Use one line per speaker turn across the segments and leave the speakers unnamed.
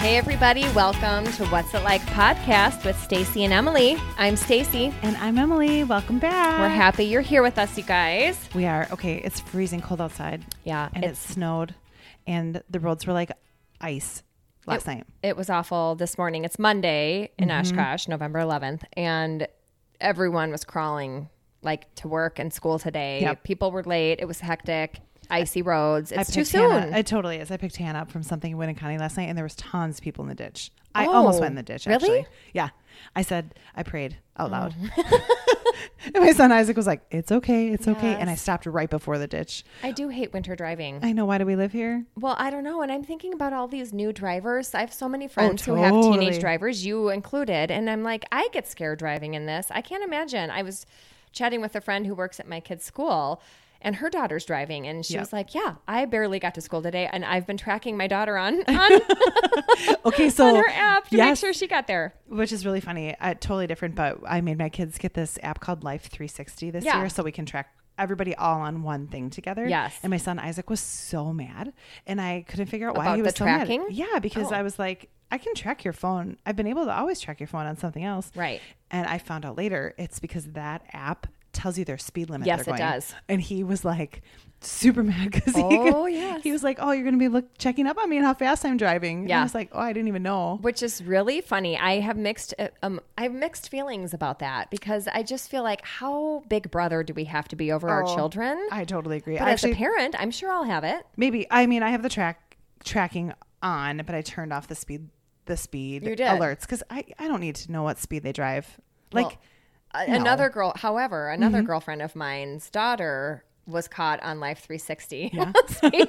Hey everybody, welcome to What's It Like podcast with Stacy and Emily. I'm Stacy.
And I'm Emily. Welcome back.
We're happy you're here with us, you guys.
We are. Okay, it's freezing cold outside.
Yeah,
And it snowed and the roads were like ice last night.
It was awful this morning. It's Monday in
Mm-hmm.
Oshkosh, November 11th, and everyone was crawling like to work and school today.
Yep.
People were late. It was hectic. Icy roads. It's
I
too
picked
soon.
Hannah- it totally is. I picked Hannah up from something in Winnicott County last night and there was tons of people in the ditch. I almost
Oh,
went in the ditch
really?
actually. Yeah. I said I prayed out loud.
Oh.
and my son Isaac was like, It's okay, it's okay. And I stopped right before the ditch.
I do hate winter driving.
I know why do we live here?
Well, I don't know. And I'm thinking about all these new drivers. I have so many friends who have
Oh, totally.
teenage drivers, you included. And I'm like, I get scared driving in this. I can't imagine. I was chatting with a friend who works at my kid's school. And her daughter's driving, and she
Yep.
was like, "Yeah, I barely got to school today, and I've been tracking my daughter on on,
Okay, so
on her app to make
Oh, yes.
sure she got there."
which is really funny. Uh, totally different, but I made my kids get this app called Life 360 this
Yeah.
year so we can track everybody all on one thing together.
Yes.
And my son Isaac was so mad and I couldn't figure out why
About
he
the
was so
tracking?
mad. Yeah, because
Oh.
I was like, I can track your phone. I've been able to always track your phone on something else.
Right.
And I found out later it's because that app tells you their speed limit.
Yes,
they're
it
going.
does.
And he was like super mad because he,
Oh, yes.
he was like, "Oh, you're going to be look checking up on me and how fast I'm driving." And
Yeah.
I was like, "Oh, I didn't even know."
which is really funny. I have mixed uh, um, I have mixed feelings about that because I just feel like how big brother do we have to be over our
Oh,
children?
I totally agree.
but
Actually,
as a parent, I'm sure I'll have it.
Maybe I mean I have the track tracking on, but I turned off the speed the speed
You did.
alerts because I I don't need to know what speed they drive. Like
Well, A- another girl, however, another
Mm-hmm.
girlfriend of mine's daughter was caught on Life 360 skating.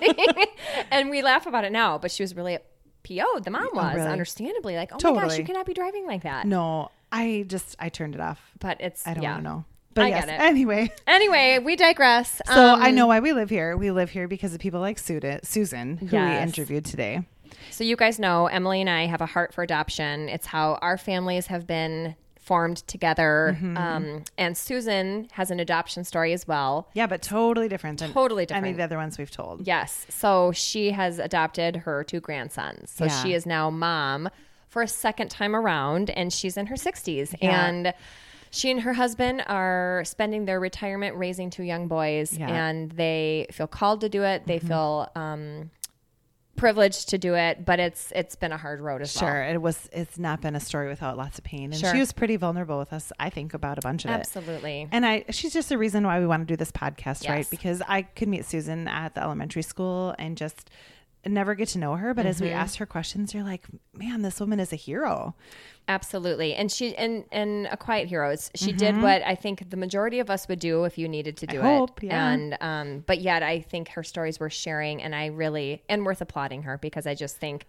and we laugh about it now, but she was really PO'd. The mom was
Oh, really?
understandably like, "Oh my gosh,
Totally.
you cannot be driving like that."
no, I just I turned it off.
But it's
I don't
yeah.
want to know. But
I
yes,
get it.
anyway,
Anyway, we digress.
so
Um,
I know why we live here. We live here because of people like Suda, Susan, who
Yes.
we interviewed today.
So, you guys know Emily and I have a heart for adoption. It's how our families have been formed together.
Mm-hmm.
Um, and Susan has an adoption story as well.
Yeah, but totally different than
Totally
any
different.
of the other ones we've told.
Yes. So, she has adopted her two grandsons. So,
Yeah.
she is now mom for a second time around, and she's in her 60s.
Yeah.
And she and her husband are spending their retirement raising two young boys,
Yeah. Mm-hmm.
and they feel called to do it. They feel, um, privileged to do it but it's it's been a hard road as well
Sure, it was. It's not been a story without lots of pain, and
Sure.
she was pretty vulnerable with us. I think about a bunch of it.
Absolutely.
And I, she's just the reason why we want to do this podcast,
Yes.
right? Because I could meet Susan at the elementary school and just never get to know her. But
Mm-hmm.
as we asked her questions, you're like, man, this woman is a hero.
Absolutely. And she and and a quiet heroes. She
Mm-hmm.
did what I think the majority of us would do if you needed to do it.
hope, yeah.
And um but yet I think her stories were sharing and I really and worth applauding her because I just think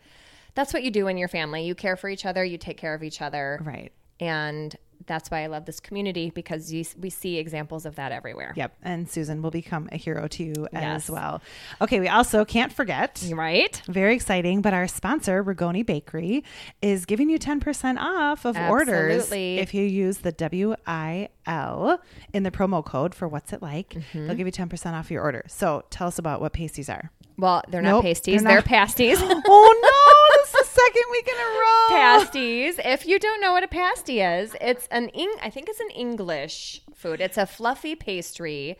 that's what you do in your family. You care for each other, you take care of each other.
Right.
And that's why I love this community because you, we see examples of that everywhere.
Yep. And Susan will become a hero to you
Yes.
as well. Okay. We also can't forget.
Right?
Very exciting, but our sponsor, Ragoni Bakery, is giving you 10% off of orders
Absolutely.
if you use the WIL in the promo code for What's It Like.
Mm-hmm.
They'll give you 10% off your order. So tell us about what pasties are.
Well, they're not
Nope,
pasties,
they're
they're,
not.
pasties.
oh no, this is the second week in a row.
pasties. If you don't know what a pasty is, it's an Eng- I think it's an English food. It's a fluffy pastry.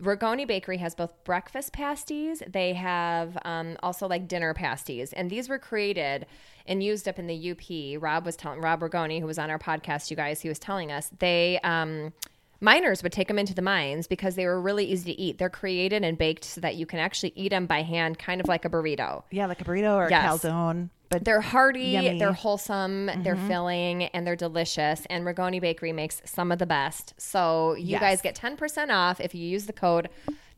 Ragoni Bakery has both breakfast pasties. They have um, also like dinner pasties, and these were created and used up in the UP. Rob was telling Rob Ragoni, who was on our podcast, you guys, he was telling us they. Um, Miners would take them into the mines because they were really easy to eat. They're created and baked so that you can actually eat them by hand, kind of like a burrito.
Yeah, like a burrito or
Yes.
a calzone. But
They're hearty,
Yummy. Mm-hmm.
they're wholesome, they're filling, and they're delicious. And Ragoni Bakery makes some of the best. So you
Yes.
guys get 10% off if you use the code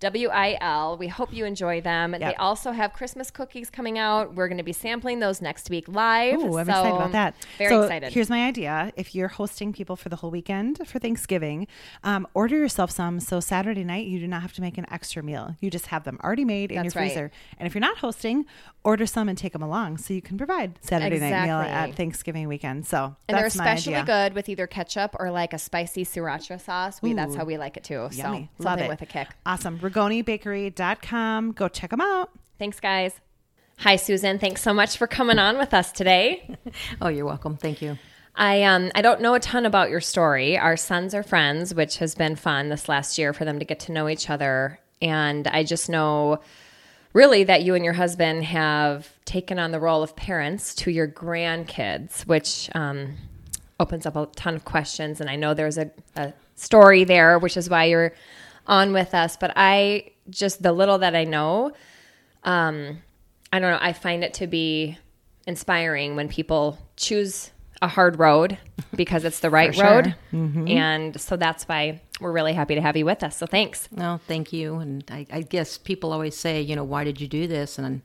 WIL. We hope you enjoy them. They also have Christmas cookies coming out. We're going to be sampling those next week live.
Ooh, I'm
So
excited about that.
Very
so
excited.
Here's my idea: if you're hosting people for the whole weekend for Thanksgiving, um, order yourself some. So Saturday night, you do not have to make an extra meal. You just have them already made in
That's
your
right.
freezer. And if you're not hosting, order some and take them along so you can provide Saturday night meal
Exactly.
at Thanksgiving weekend. So
and they're
that's my
especially
idea.
good with either ketchup or like a spicy sriracha sauce. We, that's how we like it too.
Yummy.
So
Love
something
it.
with a kick.
Awesome. RagoniBakery.com. Go check them out.
Thanks, guys. Hi, Susan. Thanks so much for coming on with us today.
Oh, you're welcome. Thank you.
I um I don't know a ton about your story. Our sons are friends, which has been fun this last year for them to get to know each other. And I just know really that you and your husband have taken on the role of parents to your grandkids, which um, opens up a ton of questions. And I know there's a, a story there, which is why you're on with us. But I just the little that I know, um, I don't know. I find it to be inspiring when people choose a hard road because it's the right road.
Mm-hmm.
And so that's why we're really happy to have you with us. So thanks.
No, thank you. And I, I guess people always say, you know, why did you do this? And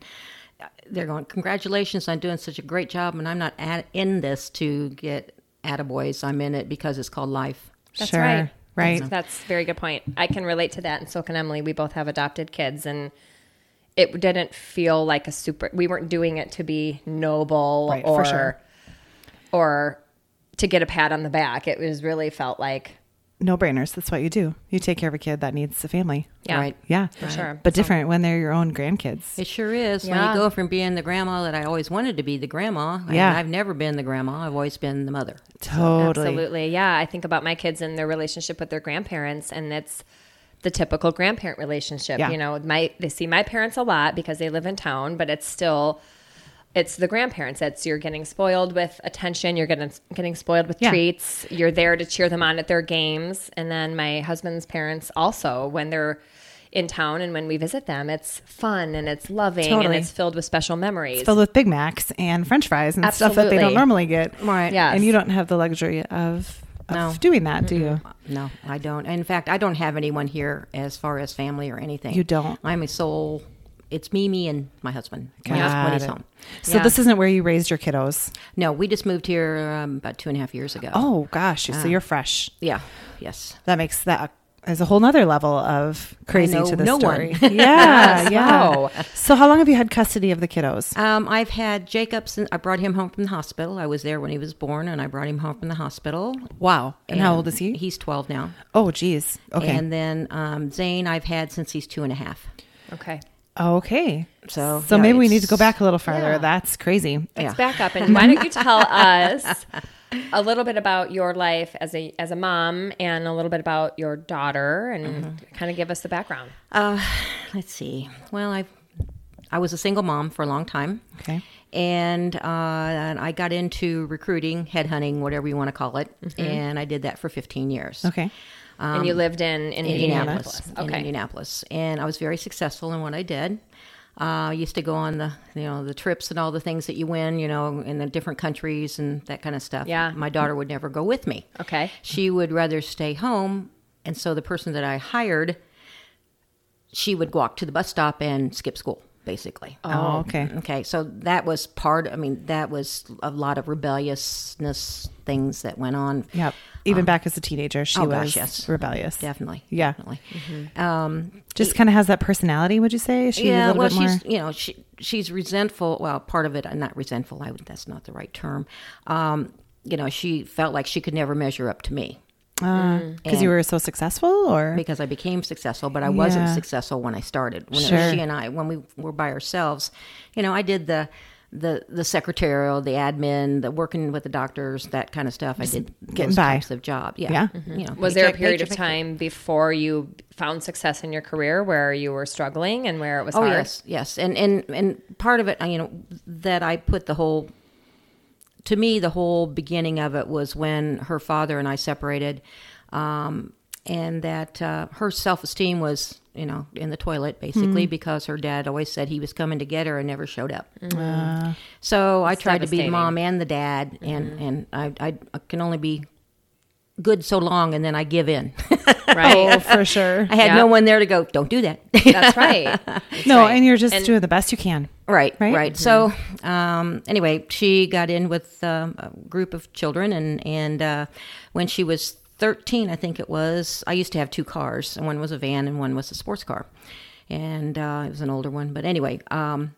they're going, congratulations on doing such a great job. And I'm not at, in this to get attaboys. I'm in it because it's called life.
That's
Sure,
right.
right.
That's, that's a very good point. I can relate to that, and so can Emily. We both have adopted kids, and it didn't feel like a super. We weren't doing it to be noble
Right, for
or
sure.
or to get a pat on the back. It was really felt like
No brainers. That's what you do. You take care of a kid that needs a family.
yeah,
Right.
Yeah.
for sure.
But different when they're your own grandkids.
It sure is.
Yeah.
When you go from being the grandma that I always wanted to be the grandma, and
Yeah.
I've never been the grandma, I've always been the mother.
Totally.
Absolutely. Yeah. I think about my kids and their relationship with their grandparents and it's the typical grandparent relationship.
Yeah.
You know, my they see my parents a lot because they live in town, but it's still it's the grandparents. It's you're getting spoiled with attention, you're getting getting spoiled with
Yeah.
treats, you're there to cheer them on at their games. And then my husband's parents also when they're in town and when we visit them, it's fun and it's loving and
Totally.
it's filled with special memories.
Filled with Big Macs and French fries and stuff that they
Absolutely.
don't normally get.
Right.
Yes.
And you don't have the luxury of, of
No.
doing that, do you?
No, I don't. In fact, I don't have anyone here as far as family or anything.
You don't?
I'm a sole. It's me, me, and my husband when, he's-
Got
when he's
it.
home.
So
Yeah.
this isn't where you raised your kiddos.
No, we just moved here um, about two and a half years ago.
Oh gosh, so you're fresh.
yeah, yes.
That makes that as a whole nother level of crazy
know
to this
no
story.
one.
Yeah,
Wow.
yeah. So how long have you had custody of the kiddos?
Um, I've had Jacob since I brought him home from the hospital. I was there when he was born, and I brought him home from the hospital.
Wow. And, how old is he?
He's 12 now.
oh geez. Okay.
And then um, Zane, I've had since he's two and a half.
okay.
okay.
So,
So
yeah,
maybe we need to
it's-
go back a little further.
Yeah.
That's crazy. Eh,
Let's
Yeah.
back up and why don't you tell us a little bit about your life as a as a mom and a little bit about your daughter and
Mm-hmm.
kind of give us the background.
Uh, let's see. Well, I I was a single mom for a long time,
Okay.
and, uh, and I got into recruiting, headhunting, whatever you want to call it,
Mm-hmm.
and I did that for 15 years.
Okay.
and you lived in, in Indianapolis.
Indianapolis. Um, In
Okay.
Indianapolis, and I was very successful in what I did. Uh, I used to go on the you know the trips and all the things that you win, you know, in the different countries and that kind of stuff.
Yeah.
my daughter would never go with me.
Okay.
she would rather stay home, and so the person that I hired, she would walk to the bus stop and skip school, basically.
Oh, okay.
Okay, so that was part. I mean, that was a lot of rebelliousness things that went on.
Yep. Even back as a teenager, she
um, oh,
was
gosh, yes.
rebellious.
Definitely.
Yeah.
Definitely.
Mm-hmm.
Um,
Just kind of has that personality, would you say? Is She a little
well,
bit more.
she's you know she she's resentful. Well, part of it, I'm not resentful. I would, that's not the right term. Um, you know, she felt like she could never measure up to me Mm.
Because uh, you were so successful, or
because I became successful, but I wasn't
Yeah.
successful when I started. When it
Sure.
was she and I, when we were by ourselves, you know, I did the the the secretarial, the admin, the working with the doctors, that kind of stuff. I did
getting
those
by.
types of job. Yeah, Mm-hmm.
Yeah.
You know,
Was there a
paycheck,
period of
paycheck,
time before you found success in your career where you were struggling and where it was
Oh
hard?
yes, yes, and and and part of it, uh, you know, that I put the whole. To me, the whole beginning of it was when her father and I separated, um, and that uh, her self esteem was, you know, in the toilet basically because her dad always said he was coming to get her and never showed up.
Mm. Uh,
so I tried to be the
devastating.
mom and the dad, and and I, I I can only be good so long, and then I give in.
Right.
oh, for sure.
I had
Yeah.
no one there to go, don't do that.
That's right.
no, and you're just doing the best you can.
Right,
Right?
right. So, um, anyway, she got in with um, a group of children, and and uh, when she was thirteen, I think it was, I used to have two cars, and one was a van, and one was a sports car, and uh, it was an older one. But anyway, um,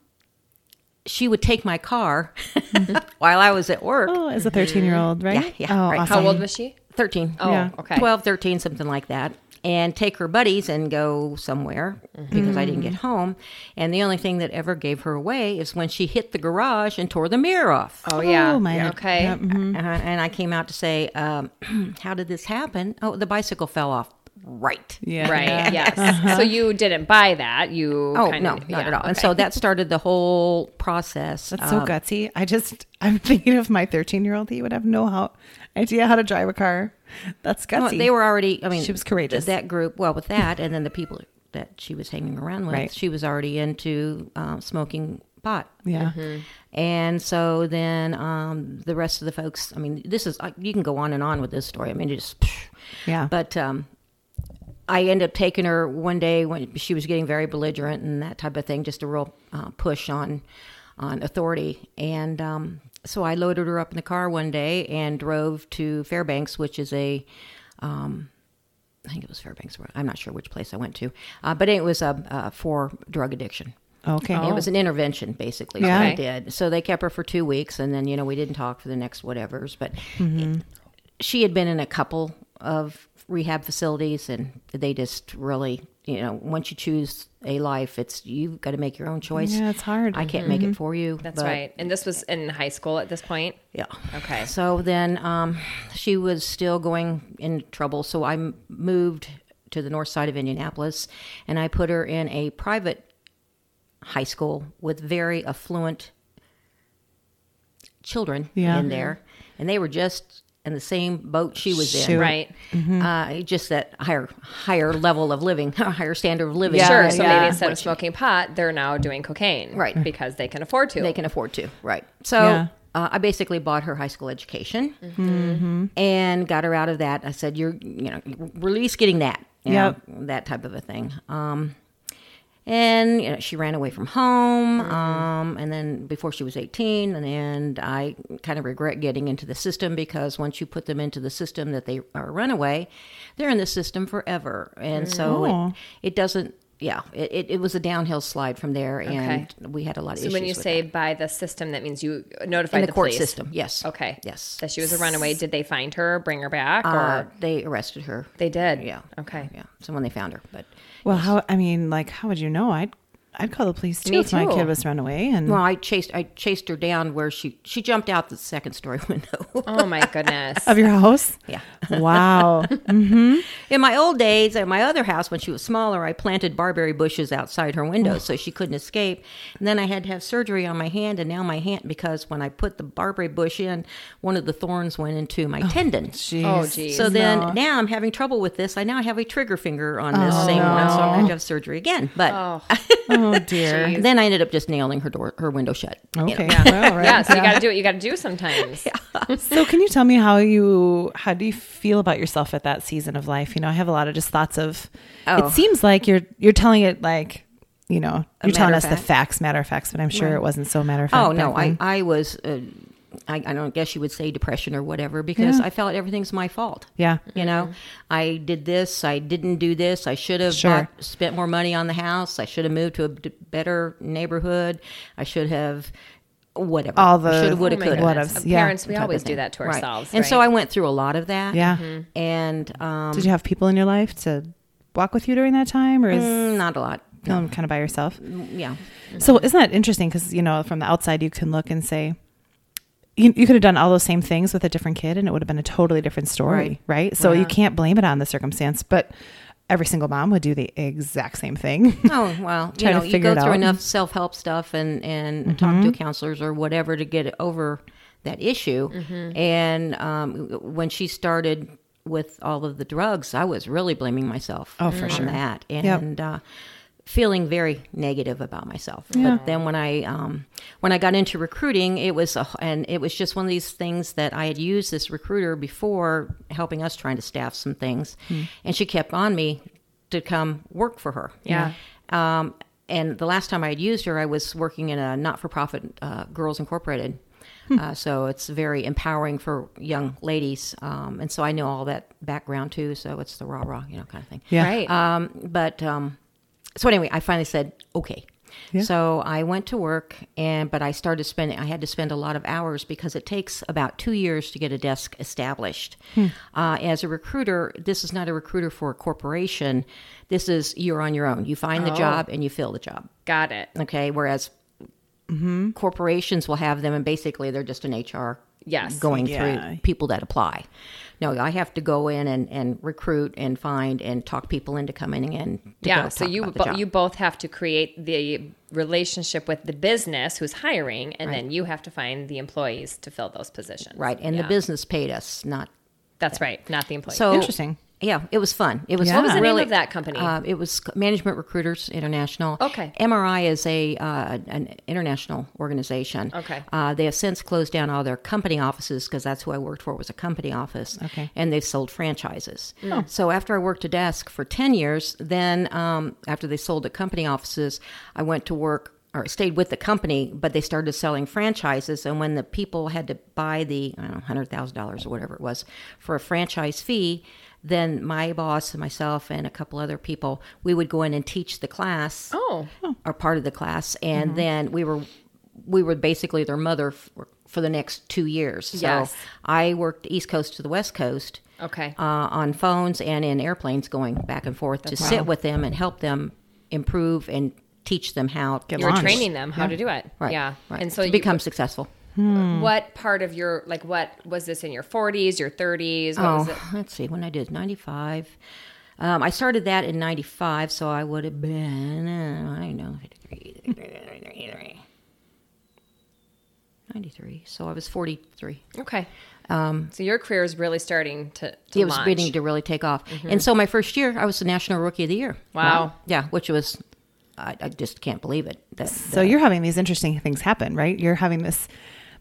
she would take my car while I was at work.
Oh, as a 13 year old, right?
mm-hmm. Yeah, yeah,
Oh,
right.
awesome.
How old was she?
Thirteen.
Oh,
Yeah.
okay.
12, 13, something like that. and take her buddies and go somewhere because I didn't get home. And the only thing that ever gave her away is when she hit the garage and tore the mirror off.
Oh yeah.
Oh, my-
Okay.
Yep.
Uh, and I came out to say, um, How did this happen? Oh, the bicycle fell off. Right.
Yeah.
Right. Yes. So you didn't buy that. You.
Uh-huh. Oh,
kind
no,
of,
not
yeah,
at all. And
okay.
so that started the whole process. Uh,
That's so gutsy. I just, I'm thinking of my 13 year old. He would have no how, idea how to drive a car. That's gutsy.
Well, they were already. I mean,
She was courageous.
That group, well, with that, and then the people that she was hanging around with,
Right.
she was already into um, smoking pot.
Yeah.
Mm-hmm. And so then um, the rest of the folks. I mean, this is I- you can go on and on with this story. I mean, it just
Yeah.
But um, I ended up taking her one day when she was getting very belligerent and that type of thing, just a real uh, push on on authority. And um, so I loaded her up in the car one day and drove to Fairbanks, which is a um, I think it was Fairbanks. I'm not sure which place I went to, uh, but it was uh, uh, for drug addiction.
Okay.
It was an intervention, basically.
Oh. Yeah.
Yeah. What I
Okay.
did. So they kept her for two weeks, and then you know we didn't talk for the next whatever's. But she had been in a couple of rehab facilities, and they just really, you know, once you choose a life, it's you've got to make your own choice.
Yeah, it's hard.
I can't make it for you.
That's
but-
right. And this was in high school at this point.
Yeah.
Okay.
So then um, she was still going in trouble. So I m- moved to the north side of Indianapolis and I put her in a private high school with very affluent children
Yeah.
in there. And they were just in the same boat she was in.
Shoot.
Right.
Uh, just that higher higher level of living, higher standard of living.
sure.
than
So
what
maybe instead of smoking pot, they're now doing cocaine.
Right.
Because they can afford to.
they can afford to. Right. So
Yeah.
uh, I basically bought her high school education
Mm-hmm.
and got her out of that. I said, "You're, you know, we're at least getting that, you
Yep.
know, that type of a thing." Um, and you know, she ran away from home,
Mm-hmm.
um, and then before she was eighteen, and, and I kind of regret getting into the system because once you put them into the system that they are a runaway, they're in the system forever, and so
Oh.
it, it doesn't. Yeah, it, it, it was a downhill slide from there, and we had a lot of
so
issues.
when you
with
say by the system, that means you
in
notified
the,
the,
court
police.
system. Yes.
Okay.
Yes.
That she was a runaway. Did they find her, bring her back,
Uh,
or
they arrested her.
they did?
yeah.
Okay.
Yeah. So when they found her, but
Well, how, I mean, like, how would you know? I'd, I'd call the police too
Me
if my
too.
kid was run away. And
well, I chased I chased her down where she she jumped out the second story window.
Oh my goodness.
of your house?
yeah. Oh,
Wow. Mm,
In my old days, at my other house when she was smaller, I planted barberry bushes outside her window so she couldn't escape. And then I had to have surgery on my hand, and now my hand because when I put the barberry bush in, one of the thorns went into my tendon.
Oh
Jeez.
geez.
So then
No.
now I'm having trouble with this. I now have a trigger finger on this same one, so I'm going to have surgery again. But
oh.
Oh, dear.
Jeez.
then I ended up just nailing her door, her window shut. you know.
Okay. Well, right.
Yeah. So you got to do what you got to do sometimes. Oh
So can you tell me how you how do you feel about yourself at that season of life? You know, I have a lot of just thoughts of
Oh.
it seems like you're you're telling it like, you know,
A
you're telling
matter
us
of
the
fact.
facts, matter of facts, but I'm sure it wasn't so matter of fact.
Oh no,
back
I
then.
I was, uh, I, I don't guess you would say depression or whatever because
Yeah.
I felt everything's my fault.
Yeah.
Mm-hmm.
You know, I did this. I didn't do this. I should have
Sure.
bought- spent more money on the house. I should have moved to a d- better neighborhood. I should have whatever.
All the
should have would
Oh
have
my
could
goodness.
What ifs,
As
yeah.
Parents, we
type of
always do
thing.
that to
Right.
ourselves.
And so
right?
I went through a lot of that.
Yeah.
And um,
Did you have people in your life to walk with you during that time or is
mm, not a lot. Mm,
um, kind of by yourself?
Yeah.
So isn't that interesting? Because you know, from the outside, you can look and say, you, you could have done all those same things with a different kid, and it would have been a totally different story, right? So you can't blame it on the circumstance, but every single mom would do the exact same thing.
Oh well, you
Try to
know, you
figure
go
it
through
out. Mm-hmm.
enough self help stuff and and talk to counselors or whatever to get over that issue. And um, when she started with all of the drugs, I was really blaming myself
Oh, for
on
sure.
that
Yep.
and uh, feeling very negative about myself. But then when I um, when I got into recruiting, it was a, and it was just one of these things that I had used this recruiter before helping us trying to staff some things, and she kept on me to come work for her.
Yeah.
Um, and the last time I had used her, I was working in a not for profit uh, Girls Incorporated. Uh, so it's very empowering for young ladies. Um, and so I know all that background too. So it's the rah rah, you know, kind of thing.
Yeah.
Right.
Um, but um, so anyway, I finally said, okay.
Yeah.
So I went to work, and but I started spending. I had to spend a lot of hours because it takes about two years to get a desk established. Uh, as a recruiter, this is not a recruiter for a corporation. This is you're on your own. You find the job and you fill the job.
Got it.
Okay. Whereas corporations will have them, and basically they're just an HR
Yes.
going
Yeah.
through people that apply. No, I have to go in and, and recruit and find and talk people into coming in. To
yeah.
go
So
talk
you
about the
bo-
job.
you both have to create the relationship with the business who's hiring, and then you have to find the employees to fill those positions.
right, and
Yeah.
the business paid us, not
That's right. Not the employees.
so
Interesting.
Yeah, it was fun. It was.
What was the
name
really,
of that company?
Uh, it was C- Management Recruiters International.
Okay.
MRI is a uh, an international organization.
Okay.
Uh, they have since closed down all their company offices because that's who I worked for was a company office.
Okay.
And they've sold franchises. So after I worked a desk for ten years, then um, after they sold the company offices, I went to work. Or stayed with the company, but they started selling franchises. And when the people had to buy the I don't know, hundred thousand dollars or whatever it was for a franchise fee, then my boss and myself and a couple other people we would go in and teach the class
oh,
or part of the class and
Mm-hmm.
then we were we were basically their mother for, for the next two years so
Yes.
i worked east coast to the west coast
okay.
uh, on phones and in airplanes going back and forth to sit with them and help them improve and teach them how
Get
you were
launched.
training them how to do it.
right,
yeah.
right,
And so
to
you, uh,
become successful
what part of your like what was this in your 40s, your 30s? What was it?
Oh, let's see. When I did 95, um, I started that in 95, so I would have been, uh, I don't know, 93. 93. So I was 43.
Okay. Um, so your career is really starting to, to
it was
launch.
beginning to really take off. And so my first year, I was the National Rookie of the Year.
Mm-hmm. Wow.
Yeah, which was, I, I just can't believe it. That,
So you're having these interesting things happen, right? You're having this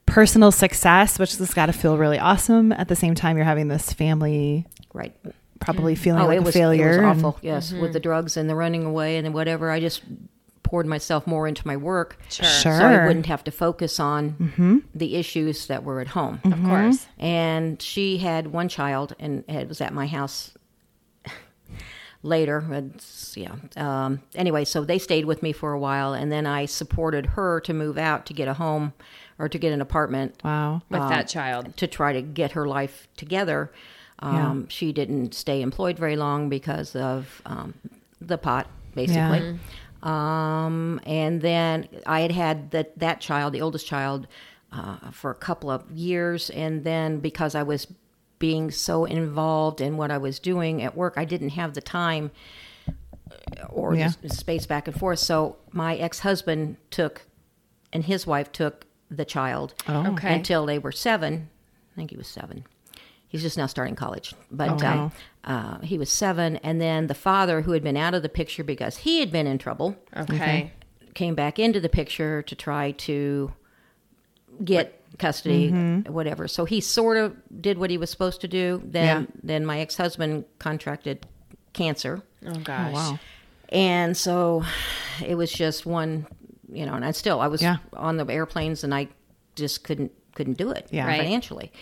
personal success, which has got to feel really awesome. At the same time, you're having this family
right.
probably feeling Oh, like a failure.
Oh, It was
and-
awful. Yes, with the drugs and the running away and whatever. I just poured myself more into my work,
Sure.
so I
Sure. Mm-hmm.
wouldn't have to focus on the issues that were at home.
of course.
Mm-hmm. And she had one child and had, was at my house later. It's, yeah. Um, anyway, so they stayed with me for a while, and then I supported her to move out to get a home or to get an apartment
Wow.
With
Uh,
that child.
to try to get her life together. Um, She didn't stay employed very long because of um, the pot, basically. Um, and then I had had that that child, the oldest child, uh, for a couple of years, and then because I was being so involved in what I was doing at work, I didn't have the time uh, or
Yeah.
the s- space back and forth. So my ex husband took, and his wife took the child
Okay.
until they were seven. I think he was seven. He's just now starting college, but uh, uh, he was seven. And then the father, who had been out of the picture because he had been in trouble,
Okay.
came back into the picture to try to get custody, whatever. So he sort of did what he was supposed to do. Then,
Yeah.
then my ex husband contracted cancer.
Oh gosh.
wow.
And so it was just one, you know, and I still I was
Yeah.
on the airplanes and I just couldn't couldn't do it
Yeah.
Right.
financially.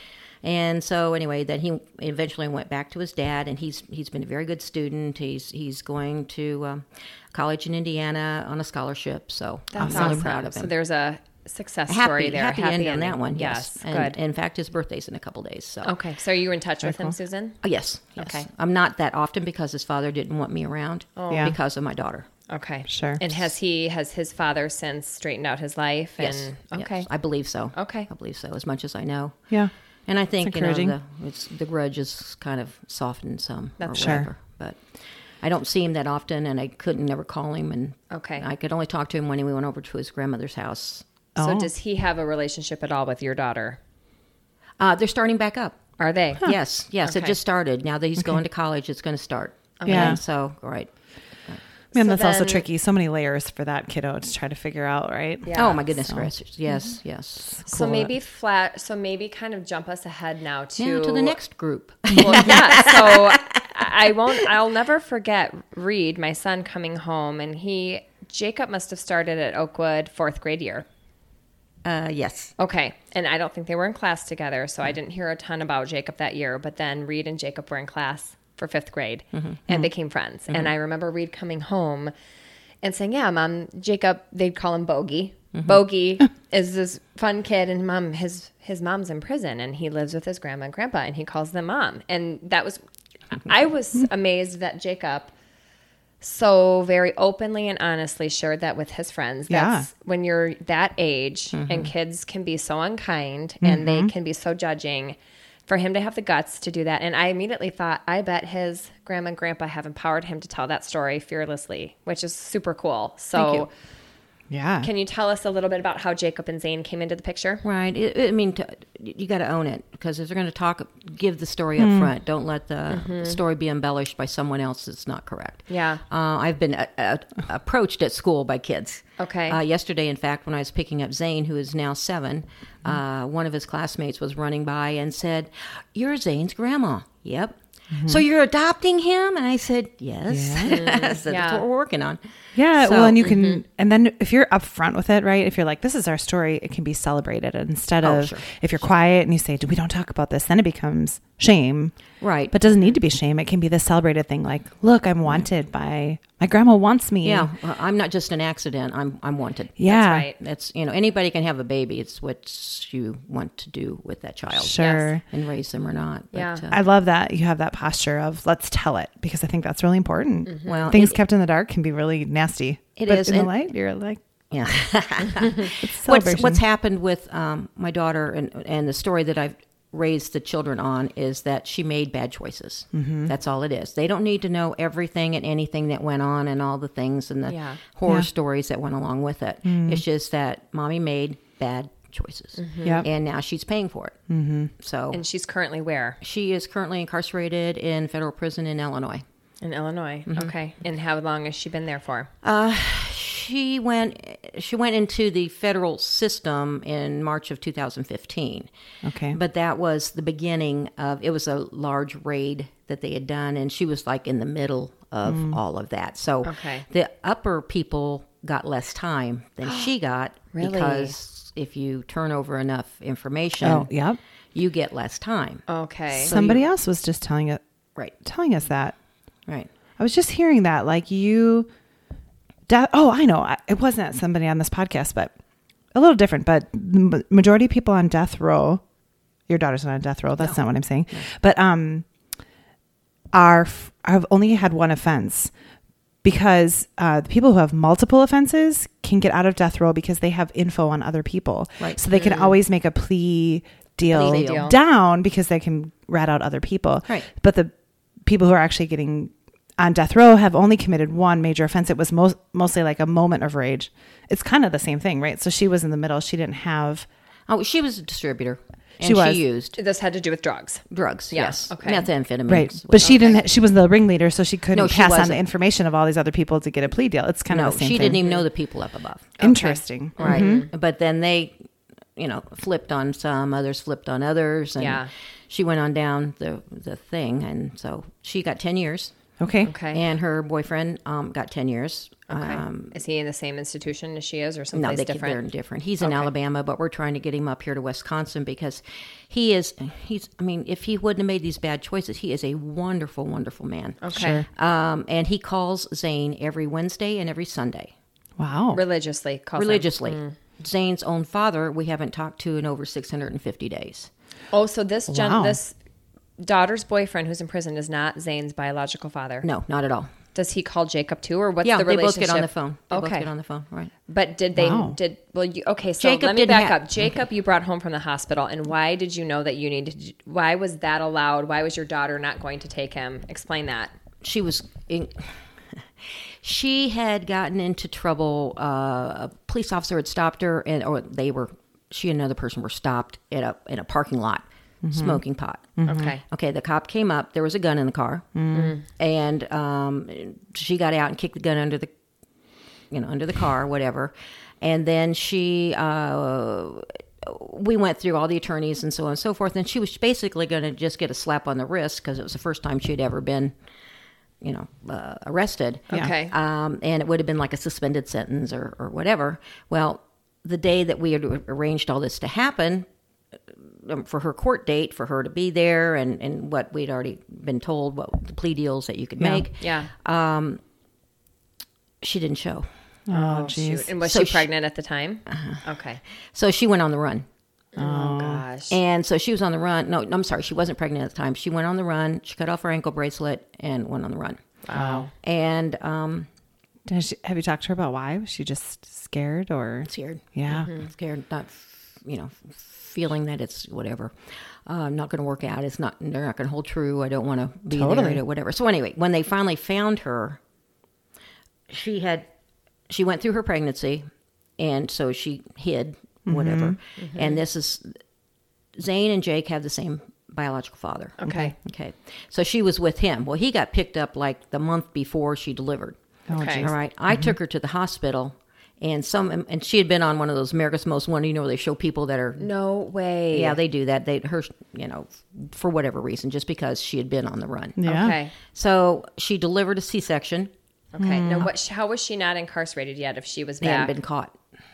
And so anyway, then he eventually went back to his dad and he's he's been a very good student. He's he's going to um, college in Indiana on a scholarship. So
That's
I'm really
awesome.
proud of him.
So there's a success
happy,
story there.
happy, ending on that
ending.
one. Yes.
Yes.
And,
Good.
In fact, his birthday's in a couple days. So
okay. So are you in touch with him, Susan?
Oh, yes, yes.
Okay. Oh.
I'm not that often because his father didn't want me around
Yeah.
because of my daughter.
Okay.
Sure.
And has he has his father since straightened out his life?
Yes.
And,
yes.
okay.
I believe so.
Okay.
I believe so, as much as I know.
Yeah.
And I think, you know,
encouraging.
the, it's, the grudge is kind of softened some.
That's
or
Sure.
whatever. But I don't see him that often, and I couldn't never call him. And
Okay.
I could only talk to him when we went over to his grandmother's house.
So
Oh.
does he have a relationship at all with your daughter?
Uh, they're starting back up.
Are they?
Yes, yes. It
Okay.
just started. Now that he's going to college, it's going to start.
Yeah.
And so, all right.
Man,
So
that's also
then-
tricky. So many layers for that kiddo to try to figure out, right?
Yeah. Mm-hmm.
oh, my goodness gracious. Yes, yes.
So
Cool.
maybe flat. So maybe kind of jump us ahead now to
Now to the next group.
Well, yeah. So I I won't. I'll never forget Reed, my son, coming home, and he Jacob must have started at Oakwood fourth grade year.
Uh, yes.
Okay. And I don't think they were in class together, so I didn't hear a ton about Jacob that year. But then Reed and Jacob were in class for fifth grade and became friends. And I remember Reed coming home and saying, "Yeah, mom, Jacob." They'd call him Bogey. Bogey is this fun kid, and mom, his his mom's in prison, and he lives with his grandma and grandpa, and he calls them mom. And that was, I was amazed that Jacob so very openly and honestly shared that with his friends. That's when you're that age
Mm-hmm.
and kids can be so unkind and they can be so judging. For him to have the guts to do that. And I immediately thought, I bet his grandma and grandpa have empowered him to tell that story fearlessly, which is super cool. So
you.
Yeah.
can you tell us a little bit about how Jacob and Zane came into the picture?
Right. It, it- I mean, t- you got to own it because if they're going to talk, give the story
Hmm.
up front. Don't let the story be embellished by someone else that's not correct.
Mm-hmm. Yeah.
Uh, I've been uh, uh, approached at school by kids.
Okay.
Uh, yesterday, in fact, when I was picking up Zane, who is now 7 uh,
Mm-hmm.
one of his classmates was running by and said, You're Zane's grandma. Yep. So you're adopting him? And I said, Yes. so that's
Mm-hmm. Yeah.
what we're working on.
Yeah,
So- mm-hmm.
well, and you can, and then if you're upfront with it, right? If you're like, "This is our story," it can be celebrated instead
Oh,
of
sure.
if you're quiet and you say, "We don't talk about this," then it becomes shame.
Right.
But it doesn't need to be shame. It can be the celebrated thing, like, "Look, I'm wanted by my grandma wants me."
Mm-hmm. yeah, uh, I'm not just an accident. I'm, I'm wanted.
yeah,
That's right.
That's you know anybody can have a baby. It's what you want to do with that child
sure.
and raise them or not. But,
Yeah.
uh,
I love that you have that posture of let's tell it because I think that's really important.
Mm-hmm. Well,
Things
it-
kept in the dark can be really nasty.
It
It is
is,
in the
and-
light. You're like,
yeah.
it's
what's
celebration.
what's happened with um, my daughter and and the story that I've raised the children on is that she made bad choices.
Mm-hmm.
That's all it is. They don't need to know everything and anything that went on and all the things and the
Yeah.
horror
Yeah. Mm-hmm.
stories that went along with it. It's just that mommy made bad choices,
Yep.
and now she's paying for it. Mm-hmm. So
Mm-hmm. And she's currently where?
she is currently incarcerated in federal prison in Illinois.
In Illinois.
Mm-hmm.
Okay. And how long has she been there for?
Uh, she went she went into the federal system in March of 2015.
okay,
But that was the beginning of it was a large raid that they had done and she was like in the middle of
Mm.
all of that. So
Okay.
the upper people got less time than she got
Really?
because if you turn over enough information
oh, yep.
you get less time.
Okay.
Somebody else was just telling it,
Right.
telling us that
Right.
I was just hearing that, like you. De- oh, I know. I- It wasn't somebody on this podcast, but a little different. But the ma- majority of people on death row, your daughter's not on death row. That's not what I'm saying. But um, are f- have only had one offense because uh, the people who have multiple offenses can get out of death row because they have info on other people,
Right.
so they can always make a plea deal,
Plea
deal.
down because they can rat out other people.
Right.
But the people who are actually getting on death row have only committed one major offense. It was most, mostly like a moment of rage. It's kind of the same thing, right? So she was in the middle. She didn't have.
Oh, she was a distributor. And
She was.
used
this had to do with drugs.
drugs.
Yeah,
Yes.
okay.
Methamphetamines.
Right,
was-
but she didn't. She was the ringleader, so she couldn't
No, she
pass on the
wasn't.
information of all these other people to get a plea deal. It's kind
no,
of the same
she
thing.
didn't even know the people up above.
Interesting.
right?
Mm-hmm.
But then they, you know, flipped on some, others flipped on others, and
Yeah.
she went on down the the thing, and so she got ten years,
Okay.
Okay.
and her boyfriend um, got ten years.
Okay.
Um,
is he in the same institution as she is, or
no,
someplace
they, they're
different?
different. He's in Alabama, but we're trying to get him up here to Wisconsin because he is. He's. I mean, if he wouldn't have made these bad choices, he is a wonderful, wonderful man.
Okay.
Um, and he calls Zane every Wednesday and every Sunday.
Wow.
Religiously. calls him.
religiously.
Mm.
Zane's own father, we haven't talked to in over 650 days.
Oh, so this gen-
Wow.
this daughter's boyfriend who's in prison is not Zane's biological father.
No, not at all.
Does he call Jacob too, or what's
yeah,
the
they
relationship?
both get on the phone. They both
okay.
get on the phone, right?
But did they
Wow.
did well? You, okay, so
Jacob
let me
didn't
back
ha-
up. Jacob, you brought home from the hospital, and why did you know that you needed? Why was that allowed? Why was your daughter not going to take him? Explain that.
She was in. She had gotten into trouble. Uh, a police officer had stopped her, and or they were. She and another person were stopped in a in a parking lot,
Mm-hmm.
smoking pot.
Mm-hmm.
Okay,
Okay, the cop came up. There was a gun in the car, and um, she got out and kicked the gun under the, you know, under the car, whatever. And then she, uh, we went through all the attorneys and so on and so forth. And she was basically going to just get a slap on the wrist because it was the first time she had ever been, you know, uh, arrested
Yeah.
okay,
um, and it would have been like a suspended sentence or, or whatever. Well, the day that we had arranged all this to happen um, for her court date, for her to be there, and, and what
Oh,
we'd already been told, what the plea deals that you could make,
yeah,
she didn't show.
Oh, jeez.
And was
So
she
Uh-huh. she-
pregnant at the time? Okay.
So she went on the run.
Oh gosh.
And so she was on the run. No, I'm sorry, she wasn't pregnant at the time. She went on the run. She cut off her ankle bracelet and went on the run.
Wow.
And um,
Does she- have you talked to her about why? Was she just scared or?
scared.
Yeah.
Mm-hmm. Scared, not, you know, feeling that it's whatever. Uh, not going to work out. It's not, they're not going to hold true. I don't want to be
Totally.
married or whatever. So anyway, when they finally found her, she had, she went through her pregnancy. And so she hid, whatever. And this is, Zane and Jake have the same biological father.
Okay.
Okay. So she was with him. Well, he got picked up like the month before she delivered.
Oh,
Okay.
geez.
All right. I took her to the hospital and some and she had been on one of those America's Most Wanted, you know, where they show people that are
No way.
yeah, they do that. They her, you know, for whatever reason just because she had been on the run.
Yeah.
Okay.
So, she delivered a C-section
Okay. Now,
Mm.
what? sh- How was she not incarcerated yet? If she was
and
back,
been caught.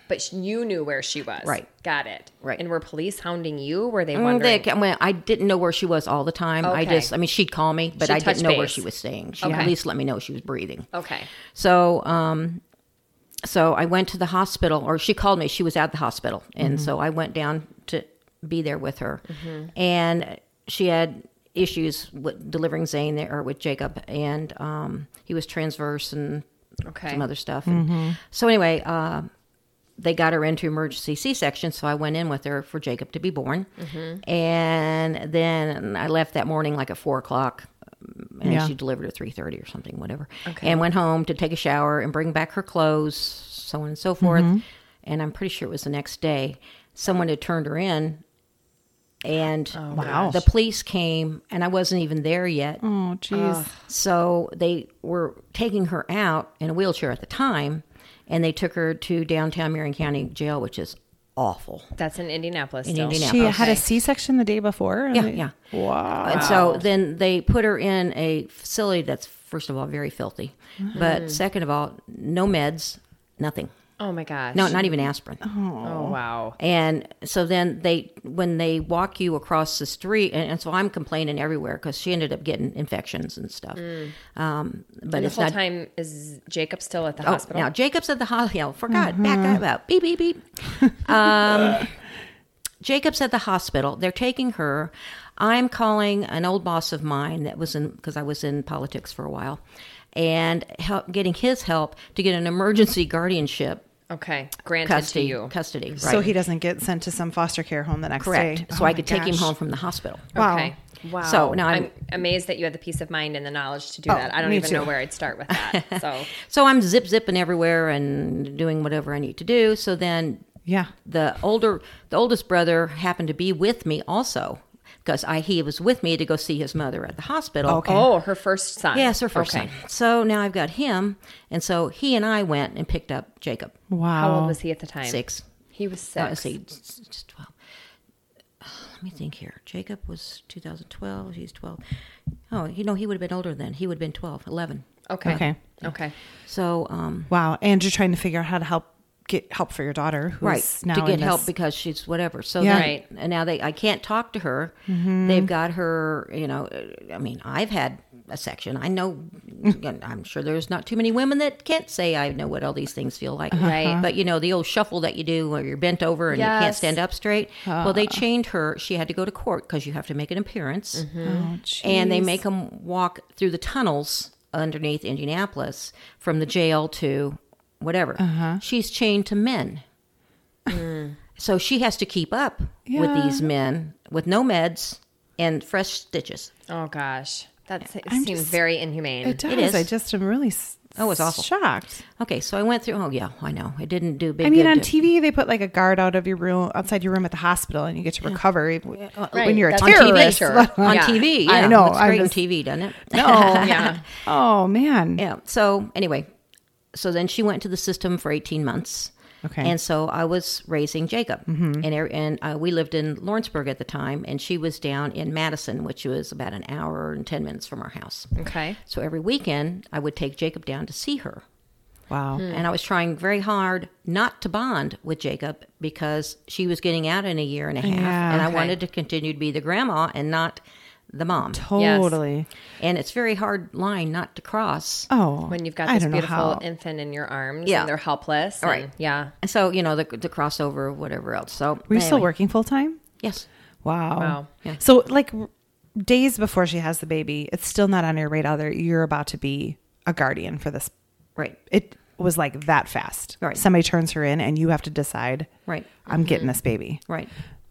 but sh you knew where she was.
Right.
Got it.
Right.
And were police hounding you? Were they
Mm,
wondering?
They, well, I didn't know where she was all the time. I
Okay.
just, I mean, she'd call me, but
She
I didn't
touched
know where
base.
she was staying. She
Okay.
at least let me know she was breathing.
okay.
So, um, so I went to the hospital, or she called me. She was at the hospital, and so I went down to be there with her. And she had issues with delivering Zane there, or with Jacob, and um, he was transverse and
Okay.
some other stuff. And So anyway, uh, they got her into emergency C-section, so I went in with her for Jacob to be born, and then I left that morning like at four o'clock, and
Yeah.
she delivered at three thirty or something, whatever, and went home to take a shower and bring back her clothes, so on and so forth. And I'm pretty sure it was the next day. Someone had turned her in, and
Wow.
the police came, and I wasn't even there yet.
Oh, jeez.
So they were taking her out in a wheelchair at the time, and they took her to downtown Marion County Jail, which is awful.
That's in Indianapolis.
In
still.
Indianapolis.
she
Yeah,
had a
okay.
C-section the day before. and
Yeah,
they-
yeah.
Wow.
And so then they put her in a facility that's, first of all, very filthy,
Mm.
but second of all, no meds, nothing.
Oh my gosh.
No, not even aspirin.
Oh wow.
And so then they, when they walk you across the street, and, and so I'm complaining everywhere because she ended up getting infections and stuff. Um,
Mm.
but
And the
it's
whole
not
time is Jacob still at the
Oh,
hospital?
now Jacob's at the hospital. Forgot.
Mm-hmm.
Back up. Beep beep beep. Um, Jacob's at the hospital. They're taking her. I'm calling an old boss of mine that was in because I was in politics for a while, and help getting his help to get an emergency guardianship
Okay. Granted
custody.
to you.
Custody. Right.
So he doesn't get sent to some foster care home the next
correct.
day.
So
Oh
I
my
could take him
gosh.
home from the hospital.
Wow.
Okay. Wow.
So, now I'm- Oh,
I'm, amazed that you had the peace of mind and the knowledge to do that. I don't
me
even
too.
know where I'd start with that. So
So I'm zip zipping everywhere and doing whatever I need to do. So then
Yeah.
the older the oldest brother happened to be with me also because I he was with me to go see his mother at the hospital.
Okay.
Oh, her first son.
Yes, her first
Okay.
son. So now I've got him, and so he and I went and picked up Jacob.
Wow.
Oh,
How old was he at the time?
Six.
He was six.
Uh, let's see, s- s- twelve. Let me think here. Jacob was 2012. He's 12. Oh, you know, he would have been older then. He would have been 12, 11.
Okay.
Okay.
Okay. Okay.
So, um,
Wow. And you're trying to figure out how to help get help for your daughter who's
right
now
to get
in
help
this-
because she's whatever so
Yeah. Mm-hmm.
then-
Right.
and now they i can't talk to her they've got her you know uh, i mean i've had a section i know and i'm sure there's not too many women that can't say i know what all these things feel like
Uh-huh.
Right.
but you know the old shuffle that you do where you're bent over and you can't
Yes.
stand up straight well
Uh.
they chained her she had to go to court because you have to make an appearance
Mm-hmm.
Oh, jeez.
and they make them walk through the tunnels underneath indianapolis from the jail to whatever
Uh-huh.
she's chained to men so she has to keep up with
Mm. Yeah.
these men with no meds and fresh stitches
Oh gosh. That se-
I'm
seems
just-
very inhumane.
it does.
is.
I just am really s-
Oh, it's awful.
shocked.
okay so i went through oh yeah i know it didn't do a big
I mean,
good
on
to-
TV they put like a guard out of your room, outside your room at the hospital, and you get to recover even when
Right.
you're a
That's
on TV,
terrorist.
sure.
on
Yeah.
tv
I
yeah.
know,
looks
I'm
great
just-
on tv doesn't it
No,
Yeah.
Oh man.
yeah so anyway so then she went to the system for 18 months
Okay. Mm-hmm.
And so I was raising Jacob, and er- and uh, we lived in Lawrenceburg at the time, and she was down in Madison, which was about an hour and ten minutes from our house.
Okay.
So every weekend I would take Jacob down to see her,
Wow.
and I was trying very hard not to bond with Jacob because she was getting out in a year and a half,
Yeah.
and I
Okay.
wanted to continue to be the grandma and not the mom.
Totally.
And it's very hard line not to cross.
Oh,
when you've got
I
this
don't know
beautiful
how.
infant in your arms
Yeah.
and they're helpless.
Right.
and- yeah.
And so, you know, the, the crossover, whatever else. So,
Were you still
anyway.
working full time?
Yes.
Wow.
Wow.
Yeah.
So like r- days before she has the baby, it's still not on your radar that you're about to be a guardian for this.
Right.
It was like that fast.
Right.
Somebody turns her in and you have to decide,
Right.
I'm getting this baby.
Right.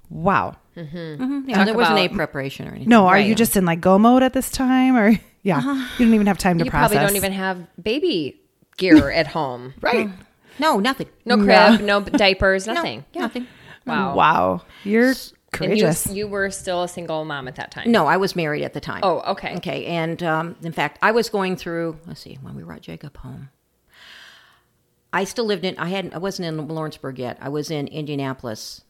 Wow.
Mm-hmm. Yeah,
Talk
there wasn't any
about-
preparation or anything.
No, are
Right.
you just in like go mode at this time or yeah, you don't even have time to
You
process.
probably don't even have baby gear at home.
Right.
No, nothing.
No crib, no b- diapers,
No,
nothing.
Nothing.
Wow.
Mm, Wow. You're
And you,
courageous.
you were still a single mom at that time.
No, I was married at the time.
Oh, okay.
Okay. And um, in fact, I was going through, let's see, when we brought Jacob home. I still lived in, I hadn't, I wasn't in Lawrenceburg yet. I was in Indianapolis.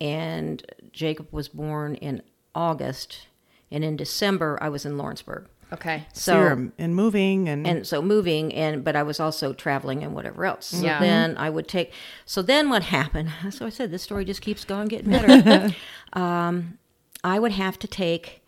And Jacob was born in August. And in December, I was in Lawrenceburg.
Okay.
so, you're in moving and,
and so moving and but i was also traveling and whatever else so
Yeah.
then i would take so then what happened so i said this story just keeps going getting better um, i would have to take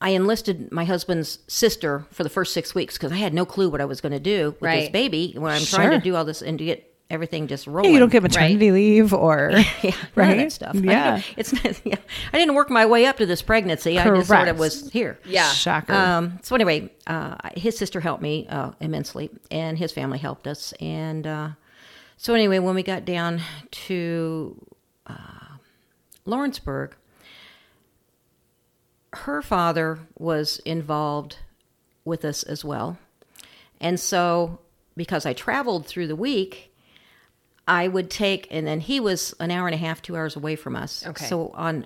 i enlisted my husband's sister for the first six weeks because i had no clue what i was going to do with this
Right.
baby when i'm trying to
Sure.
do all this and to get everything just
Yeah,
rolling
you don't get maternity leave or
yeah, right.
right
stuff. I
Yeah.
didn't- it's not, yeah. I didn't work my way up to this pregnancy. I just sort
Correct.
of was here.
Yeah.
Shocker.
Um, so anyway, uh, his sister helped me uh, immensely, and his family helped us. And uh, so anyway, when we got down to uh, Lawrenceburg, her father was involved with us as well, and so because I traveled through the week. I would take, and then he was an hour and a half, two hours away from us.
Okay.
So on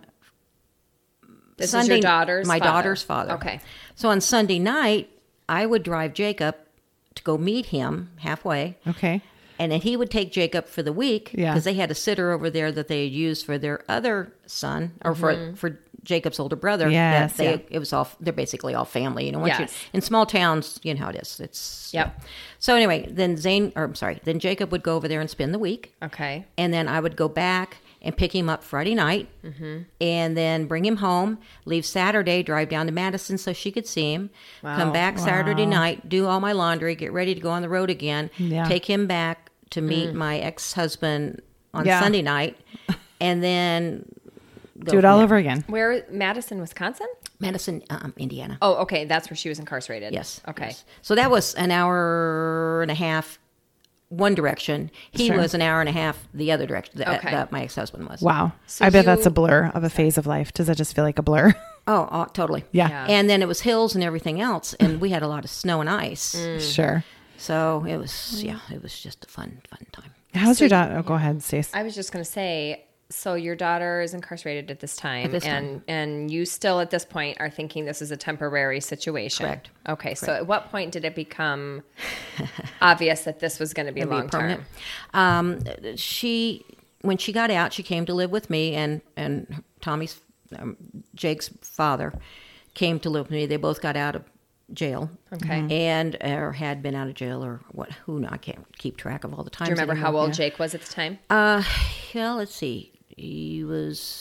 This is
Sunday-
your daughter's
my
father.
daughter's father.
Okay.
So on Sunday night, I would drive Jacob to go meet him halfway,
okay.
and then he would take Jacob for the week because
Yeah.
they had a sitter over there that they had used for their other son or
Mm-hmm.
for for Jacob's older brother.
Yes,
that they,
yeah.
it was all they're basically all family. You know, once you-
Yes.
in small towns, you know how it is. It's
Yep.
So anyway, then Zane, or I'm sorry, then Jacob would go over there and spend the week
Okay.
and then I would go back and pick him up Friday night,
Mm-hmm.
and then bring him home. Leave Saturday, drive down to Madison so she could see him. Come back Saturday night, do all my laundry, get ready to go on the road again.
Yeah.
Take him back to meet
Mm.
my ex husband on
Yeah.
Sunday night, and then go
Do it
from
all
there.
over again.
Where Madison, Wisconsin?
Madison, um, Indiana.
Oh, okay. That's where she was incarcerated.
Yes.
Okay.
yes. So that was an hour and a half one direction. He
Sure.
was an hour and a half the other direction. That,
Okay.
that my ex husband was.
Wow.
So
I bet
you-
that's a blur of a phase of life. Does that just feel like a blur?
Oh, oh totally.
Yeah.
Yeah.
And then it was hills and everything else, and we had a lot of snow and ice.
Mm.
Sure.
So it was, yeah, it was just a fun, fun time.
How's your daughter? Oh, go ahead, Stace.
I was just going to say so your daughter is incarcerated at this time
this
and and you still at this point are thinking this is a temporary situation.
Correct.
Okay. So at what point did it become obvious that this was going to be
It'd be
long term?
permanent. Um, she, when she got out, she came to live with me, and and Tommy's, um, Jake's father, came to live with me. They both got out of jail.
Okay.
And or had been out of jail or what? Who? kn- I can't keep track of all the time.
Do you remember how old Jake was at the time?
Uh, yeah, let's see. He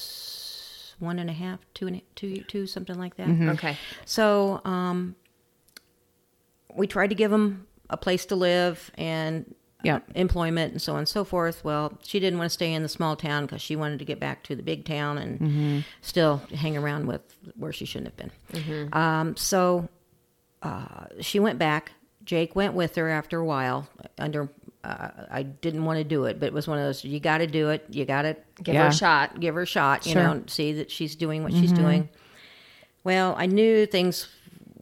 was one and a half, two and a, two, two, something like that.
Okay.
So, um, we tried to give him a place to live and
Yeah.
employment and so on and so forth. Well, she didn't want to stay in the small town because she wanted to get back to the big town and still hang around with where she shouldn't have been. Um, so uh, she went back. Jake went with her after a while. Under uh, I didn't want to do it, but it was one of those you got to do it. You got to
Give her
Yeah.
a shot.
give her a shot. You
Sure. Mm-hmm.
know, see that she's doing what she's doing. Well, I knew things.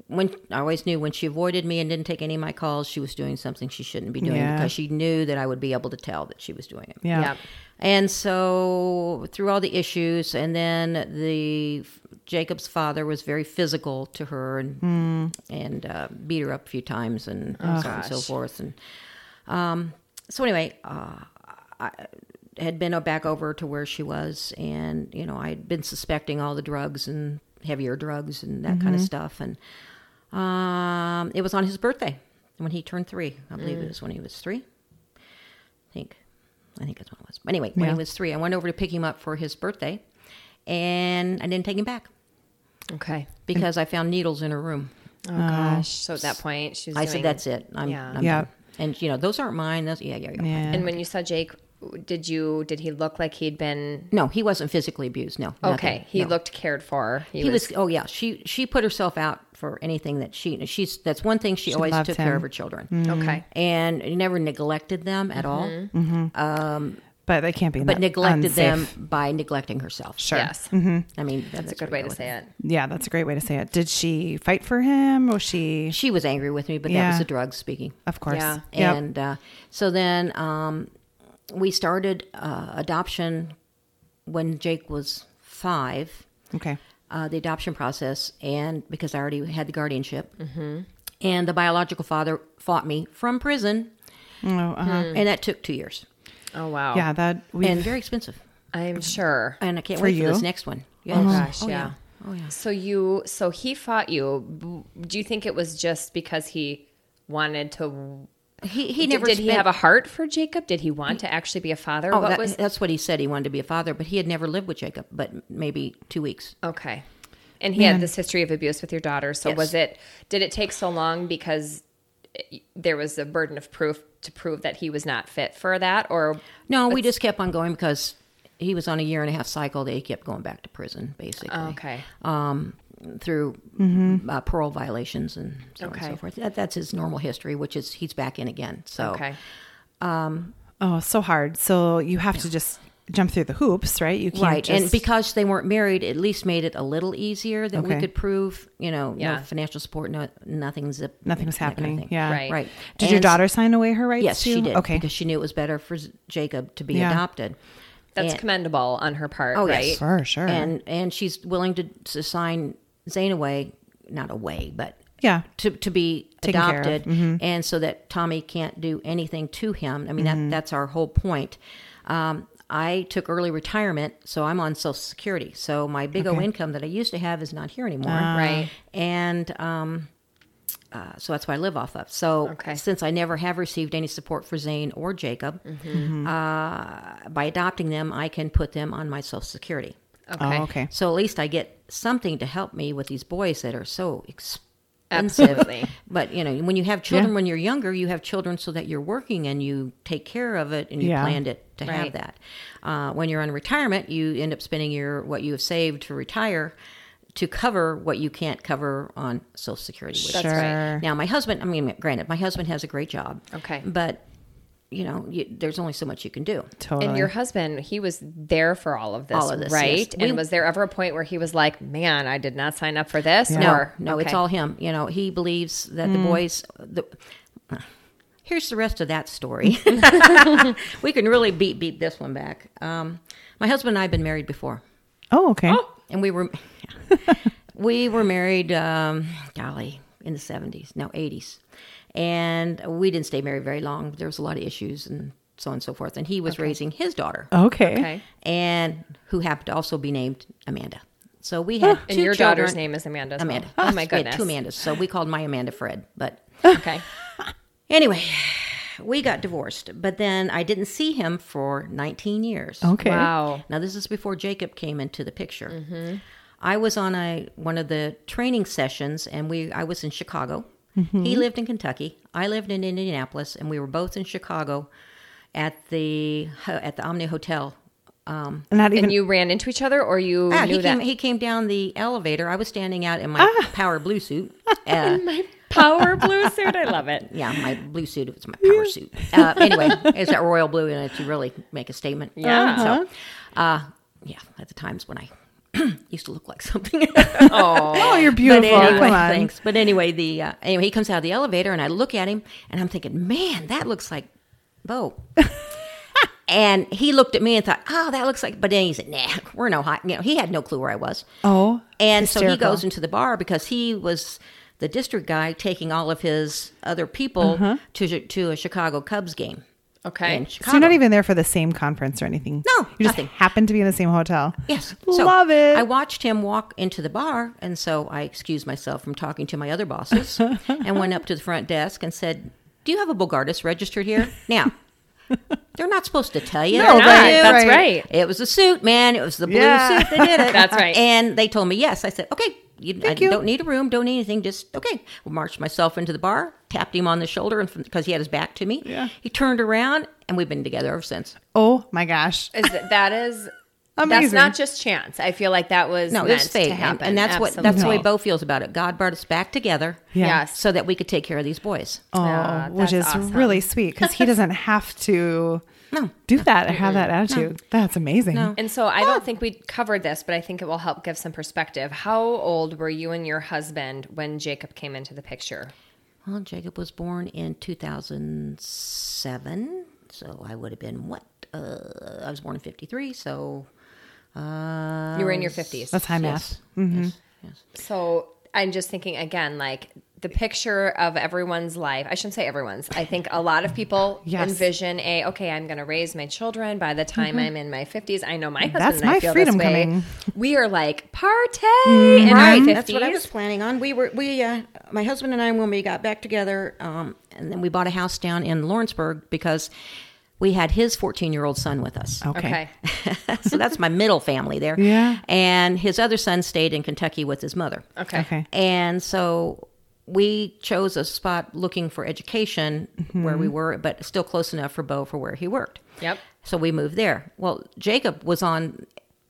When I always knew when she avoided me and didn't take any of my calls, she was doing something she shouldn't be doing
Yeah.
because she knew that I would be able to tell that she was doing it.
Yeah.
Yep.
And so through all the issues, and then the Jacob's father was very physical to her and
Hmm.
and uh, beat her up a few times and
Oh,
so on and so
gosh.
forth. And um, so anyway, uh, I had been back over to where she was, and you know I had been suspecting all the drugs and heavier drugs and that kind of stuff. And um, it was on his birthday when he turned three. I believe it was when he was three. I think. I think that's what it was. But anyway, when
Yeah.
he was three, I went over to pick him up for his birthday and I didn't take him back.
Okay.
because I found needles in her room.
Oh gosh. So at that point, she's.
Uh, I
doing-
said, "That's it. I'm,
Yeah.
I'm
Yeah.
done." And you know, those aren't mine. Those, yeah, yeah, yeah.
Yeah.
And when you saw Jake, did you did he look like he'd been
No, he wasn't physically abused. No. nothing.
okay? He
No.
looked cared for.
He was, Oh yeah. She she put herself out for anything that she she's. That's one thing she, always
loved
took care
him. Mm.
of her children
okay.
and never neglected them at all.
Mm-hmm.
Mm-hmm. but they can't be.
But
that
neglected them
unsafe.
by neglecting herself.
Sure.
Yes,
I mean, Mm-hmm. that's,
it's a good way to say it.
Yeah, that's a great way to say it. Did she fight for him? Was she?
She was angry with me, but that
Yeah.
was the drugs speaking.
Of course.
Yeah.
Yep.
And uh, so then um, we started uh, adoption when Jake was five,
okay.
uh, the adoption process, and because I already had the guardianship. Mm-hmm. And the biological father fought me from prison,
Oh, uh-huh.
Mm.
and that took two years
Oh wow.
Yeah, that we.
Hmm. and very expensive.
I'm sure.
And I can't
For
wait for
you?
this next one.
Oh
Yes.
gosh,
Oh,
yeah.
Oh, yeah.
So you, so he fought you. B- Do you think it was just because he wanted to?
He, he
Did-
never
did. he
spent-
have a heart for Jacob? Did he want to actually be a father?
Oh,
what
that-
was
that's what he said. He wanted to be a father, but he had never lived with Jacob, but maybe two weeks.
okay? And he had this history of abuse with your daughter. So
Yes.
was it? Did it take so long because it- there was a burden of proof to prove that he was not fit for that, or
No, we just kept on going because he was on a year and a half cycle that he kept going back to prison, basically.
okay?
Um, through uh, parole violations and so on and
Mm-hmm. Okay.
so forth. That, that's his normal history, which is he's back in again. So
Okay.
oh, so hard. So you have to just jump through the hoops, right? You can't
right,
just,
and because they weren't married, at least made it a little easier that
Okay.
we could prove, you know,
Yeah.
no financial support, no nothing, zip,
nothing was
that kind of
happening.
thing.
yeah.
Right.
right.
Did your
And s-
daughter sign away her rights?
Yes, she
too?
did.
Okay.
because she knew it was better for Z- Jacob to be
Yeah.
adopted.
That's
And-
commendable on her part,
Oh,
right?
yes.
for sure.
and and she's willing to, to sign Zane away, not away, but
yeah.
to to be
Taken care of. Mm-hmm.
adopted, and so that Tommy can't do anything to him. I mean
Mm-hmm.
that that's our whole point. Um, I took early retirement, so I'm on Social Security. So my big O
Okay. Ah.
income that I used to have is not here anymore,
Right.
and um, uh, so that's what I live off of. So
Okay.
since I never have received any support for Zane or Jacob,
Mm-hmm.
uh, by adopting them, I can put them on my Social Security.
Okay.
Oh, okay.
So at least I get something to help me with these boys that are so expensive.
Absolutely.
but you know, when you have children
Yeah.
when you're younger, you have children so that you're working and you take care of it and you
Yeah.
planned it to
Right.
have that. Uh, when you're on retirement, you end up spending your what you have saved to retire to cover what you can't cover on Social Security. which-
That's
sure.
right.
Now, my husband. I mean, granted, my husband has a great job.
Okay.
but you know, you, there's only so much you can do.
Totally.
And your husband, he was there for all of this,
All of this,
right?
yes.
And
We-
was there ever a point where he was like, "Man, I did not sign up for this"?
No,
Or,
no, it's
Okay. Mm.
all him. You know, he believes that the boys. The, here's the rest of that story. we can really beat beat this one back. Um, my husband and I have been married before,
oh, okay.
and we were we were married. Um, golly, in the seventies, no eighties, and we didn't stay married very long. There was a lot of issues and so on and so forth. And he was raising his daughter,
Okay.
okay.
and who happened to also be named Amanda. So we had
And
two
your
children.
daughter's name is Amanda. as well.
Amanda.
Oh my
We had
goodness.
two Amandas. So we called my Amanda Fred. But
Okay.
anyway, we got divorced. But then I didn't see him for 19 years.
Oh.
Okay.
Wow.
Now this is before Jacob came into the picture.
Mm-hmm.
I was on a one of the training sessions, and we I was in Chicago.
Mm-hmm.
He lived in Kentucky. I lived in Indianapolis, and we were both in Chicago at the ho- at the Omni Hotel.
Not even.
And you ran into each other, or you
Ah,
knew
he
that Ah.
came he came down the elevator. I was standing out in my power blue suit. Uh,
my power blue suit? I love it.
Yeah, my blue suit. It's my power suit. Uh, anyway, it's that royal blue, and to really make a statement. Um,
Yeah.
Uh-huh.
So, uh, yeah, at the times when I used to look like something.
Oh.
oh, you're beautiful.
But anyway,
Come on.
thanks. But anyway, the uh, anyway, he comes out of the elevator, and I look at him, and I'm thinking, man, that looks like Bo. and he looked at me and thought, oh, that looks like. But then he said, nah, we're no hot. You know, he had no clue where I was.
Oh,
And so
hysterical.
he goes into the bar because he was the district guy taking all of his other people
Uh-huh.
to to a Chicago Cubs game.
Okay.
In
So you're
Chicago.
not even there for the same conference or anything.
No,
you just
nothing.
happened to be in the same hotel.
Yes.
love it.
I watched him walk into the bar, and so I excused myself from talking to my other bosses and went up to the front desk and said, Do you have a Bogardus registered here? Now, they're not supposed to tell you.
No,
Not,
right,
That's
right.
right.
It was the suit, man. It was the blue
Yeah.
suit that did it.
That's right.
And they told me yes. I said, okay, you, I
Thank you.
don't need a room, don't need anything. Just okay. Marched myself into the bar, tapped him on the shoulder, and because he had his back to me,
Yeah.
he turned around, and we've been together ever since.
Oh my gosh.
Is that, that is
Amazing.
that's not just chance. I feel like that was
No,
meant
it's fate,
to
and,
happen,
and that's what that's the way
Absolutely.
Bo feels about it. God brought us back together,
Yeah.
Yes.
so that we could take care of these boys.
Oh,
uh,
Yeah,
which is
that's awesome.
really sweet because he doesn't have to
No.
do that or have that attitude. That's amazing.
No.
And so I don't think we covered this, but I think it will help give some perspective. How old were you and your husband when Jacob came into the picture?
Well, Jacob was born in 2007, so I would have been what? Uh, I was born in 53, so uh,
You were
Um,
in your 50s.
That's high math.
yes, yes, yes.
So I'm just thinking again, like the picture of everyone's life. I shouldn't say everyone's. I think a lot of people
Yes. Mm-hmm.
envision a okay. I'm going to raise my children by the time I'm in my 50s. I know my husband.
That's
and I
my
feel
freedom
this way.
coming. Mm-hmm.
We are like partay in our 50s.
That's what I was planning on. We were we uh, my husband and I when we got back together, um, and then we bought a house down in Lawrenceburg because we had his 14 year old son with us.
Okay.
okay.
so that's my middle family there.
Oh. Yeah.
and his other son stayed in Kentucky with his mother.
Okay.
Okay.
And so we chose a spot looking for education where
Mm-hmm.
we were, but still close enough for Bo for where he worked.
Yep.
So we moved there. Well, Jacob was on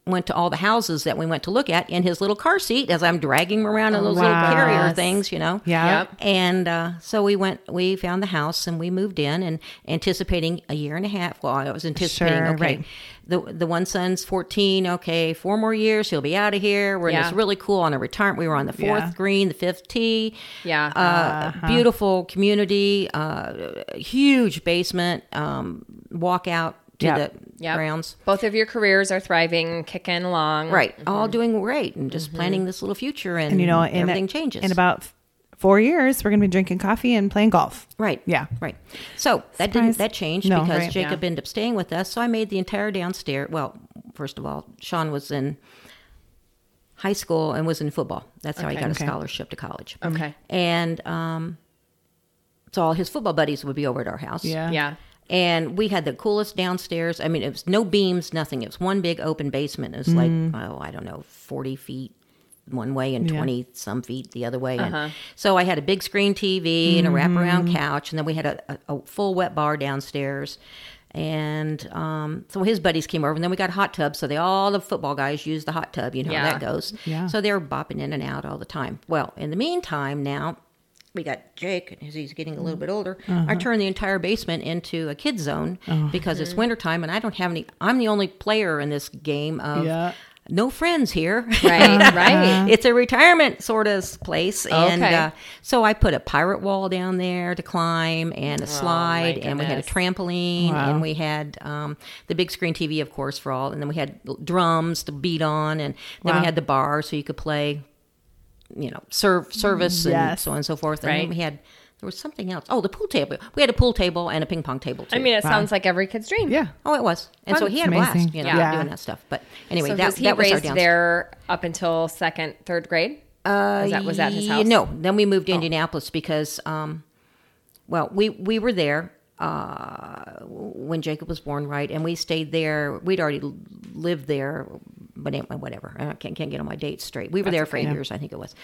went to all the houses that we went to look at in his little car seat as I'm dragging him around in those
Wow.
little carrier
Yes.
things, you know.
Yeah.
Yep.
And uh, so we went, we found the house and we moved in and anticipating a year and a half. Well, I was anticipating,
Sure,
okay,
right.
the, the one son's 14, okay, four more years, he'll be out of here. We're in
Yeah.
this really cool on a retirement. We were on the fourth
Yeah. uh-huh.
green, the fifth tee.
Yeah.
Uh, Beautiful community, uh, huge basement, um, walk out to
Yep. Mm-hmm.
the
Yep.
grounds.
Both of your careers are thriving, kicking along.
Right, all doing great and just planning this little future, and,
And you know, in,
everything changes.
in about four years, we're going to be drinking coffee and playing golf.
Right.
Yeah.
Right. So that
Surprise.
didn't that changed
No,
because
right,
Jacob ended up staying with us. So I made the entire downstairs. Well, first of all, Sean was in high school and was in football. That's how he
Okay.
got
Okay.
a scholarship to college.
Okay.
And um, so all his football buddies would be over at our house.
Yeah.
Yeah.
And we had the coolest downstairs. I mean, it was no beams, nothing. It was one big open basement. It was like, oh, I don't know, 40 feet one way and
Mm-hmm. Yeah. Uh-huh.
20 some feet the other way. And so I had a big screen TV and a
Mm-hmm.
wraparound couch. And then we had a, a, a full wet bar downstairs. And um, so his buddies came over, and then we got a hot tub. So they all the football guys used the hot tub. You know
Yeah.
how that goes.
Yeah.
So they're bopping in and out all the time. Well, in the meantime, now we got Jake, and as he's getting a little bit older, I turned the entire basement into a kid zone because it's wintertime and I don't have any. I'm the only player in this game of
Yeah.
no friends here.
Right. Right.
it's a retirement sort of place, and
Uh-huh. Oh, Okay.
uh, so I put a pirate wall down there to climb and a slide, and we had a
Oh, goodness.
trampoline,
Wow.
and we had um, the big screen TV, of course, for all, and then we had l- drums to beat on, and then
Wow.
we had the bar so you could play you know, serve service and
Yes.
so on and so forth. And
Right.
then we had there was something else. Oh, the pool table. We had a pool table and a ping pong table too.
I mean, it sounds like every kid's dream.
Yeah.
oh, it was. And so
Fun.
he had a
It's amazing.
blast, you know,
Yeah.
doing that stuff. But anyway,
so
that,
was he
that was our
raised
downstairs.
there up until second, third grade? Uh, was that, was that his
Yeah,
house? Oh.
No, then we moved to Indianapolis because, um, well, we we were there uh, when Jacob was born, right? And we stayed there. We'd already l- lived there, but anyway, whatever. I can't can't get all my dates straight. We were there for eight years, I think it was.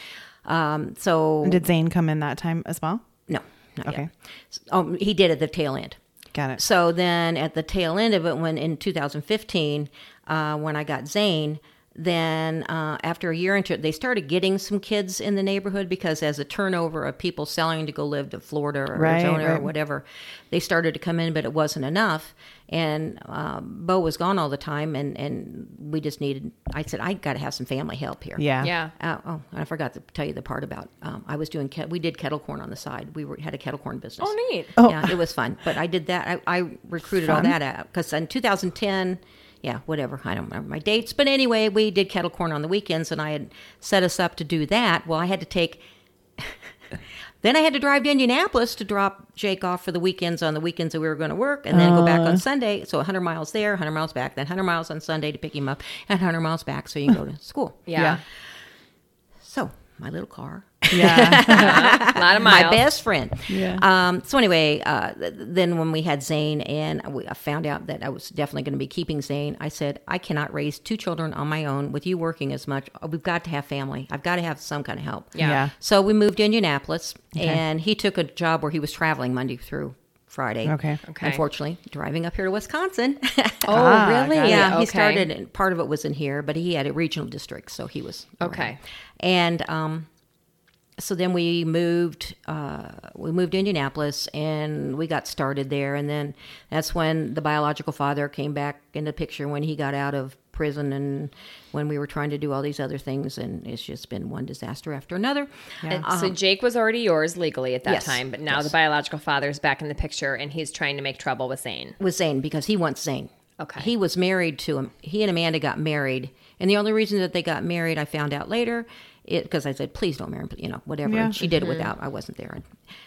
Um, so
And did Zane come in that time as well?
no, not
Okay.
yet. S- Um, he did at the tail end.
Got it.
So then at the tail end of it, when in 2015, uh, when I got Zane, then uh, after a year into it, they started getting some kids in the neighborhood because as a turnover of people selling to go live to Florida or
Right,
Arizona
right.
or whatever, they started to come in, but it wasn't enough. And uh, Bo was gone all the time, and, and we just needed, I said, I got to have some family help here.
Yeah.
Yeah.
Uh, oh, and I forgot to tell you the part about um, I was doing ke- we did kettle corn on the side. We were, had a kettle corn business.
Oh, neat.
Oh.
Yeah, it was fun. But I did that. I, I recruited all
Fun.
that out because in 2010, yeah, whatever. I don't remember my dates. But anyway, we did kettle corn on the weekends, and I had set us up to do that. Well, I had to take. Then I had to drive to Indianapolis to drop Jake off for the weekends on the weekends that we were going to work, and then go back
Uh.
on Sunday. So 100 miles there, 100 miles back, then 100 miles on Sunday to pick him up, and 100 miles back so you can go to school.
Yeah.
So my little car
Yeah.
a lot of miles.
my best friend.
Yeah.
Um, so anyway, uh, th- then when we had Zane and we, I found out that I was definitely going to be keeping Zane, I said I cannot raise two children on my own with you working as much. Uh, We've got to have family. I've got to have some kind of help.
Yeah.
yeah.
So we moved to Indianapolis, and he took a job where he was traveling Monday through Friday.
Okay.
Okay.
Unfortunately, driving up here to Wisconsin.
Oh,
Ah,
really?
got it.
yeah,
Okay.
he started. and Part of it was in here, but he had a regional district, so he was around.
Okay.
And um, so then we moved. Uh, we moved to Indianapolis, and we got started there. And then that's when the biological father came back into picture when he got out of prison, and when we were trying to do all these other things. And it's just been one disaster after another.
And so Jake was already yours legally at that
Uh-huh. Yes.
time, but now the biological father's back in the picture and he's trying to make trouble with Zane.
with Zane because he wants Zane.
Okay.
He was married to him. He and Amanda got married, and the only reason that they got married, I found out later, because I said, "Please don't marry him," you know, whatever.
Yeah.
And she did it without. I wasn't there.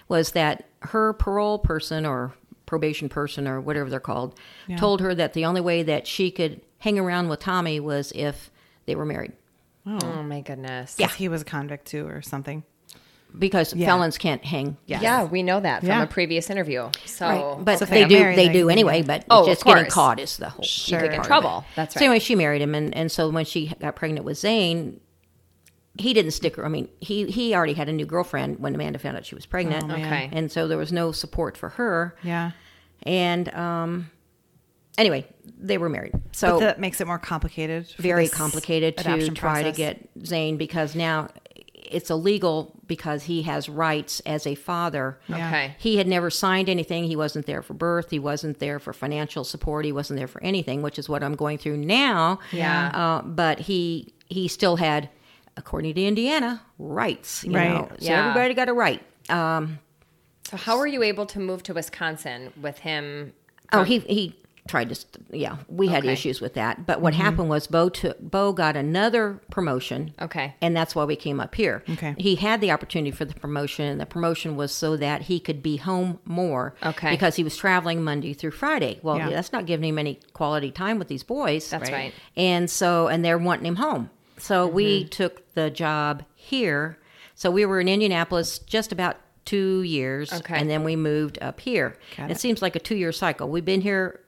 Was that her parole person or probation person or whatever they're called told her that the only way that she could hang around with Tommy was if they were married
Oh my goodness.
Yeah. He was a convict too or something.
because felons can't hang.
Yeah.
Yeah, we know that from
Yeah.
a previous interview. So
Right. But
So if they
they
got
do.
married,
they
they
do
can-
anyway. But
Oh, of
just getting
course.
caught is the whole.
You
Sure.
could get in trouble. That's right.
So anyway, she married him, and, and so when she got pregnant with Zane, he didn't stick her. I mean, he he already had a new girlfriend when Amanda found out she was pregnant.
man. Okay.
and so there was no support for her.
Yeah.
And um, anyway, they were married. So
but that makes it more complicated. for
very
this
complicated to
adoption
try
process.
to get Zane because now it's illegal because he has rights as a father.
Yeah.
Okay.
He had never signed anything. He wasn't there for birth. He wasn't there for financial support. He wasn't there for anything, which is what I'm going through now.
Yeah.
Uh, but he he still had, according to Indiana, rights. You
Right.
Know? So
Yeah.
everybody got a right.
So how were you able to move to Wisconsin with him?
Oh, he he tried to. st- Yeah, we had
Okay. Mm-hmm.
issues with that. But what happened was Bo took Bo got another promotion.
Okay.
and that's why we came up here.
Okay.
He had the opportunity for the promotion, and the promotion was so that he could be home more.
Okay.
Because he was traveling Monday through Friday. Well,
Yeah.
that's not giving him any quality time with these boys.
That's right. Mm-hmm.
And so, and they're wanting him home. So we took the job here. So we were in Indianapolis just about two years,
Okay.
and then we moved up here. It, seems like a two-year cycle. We've been here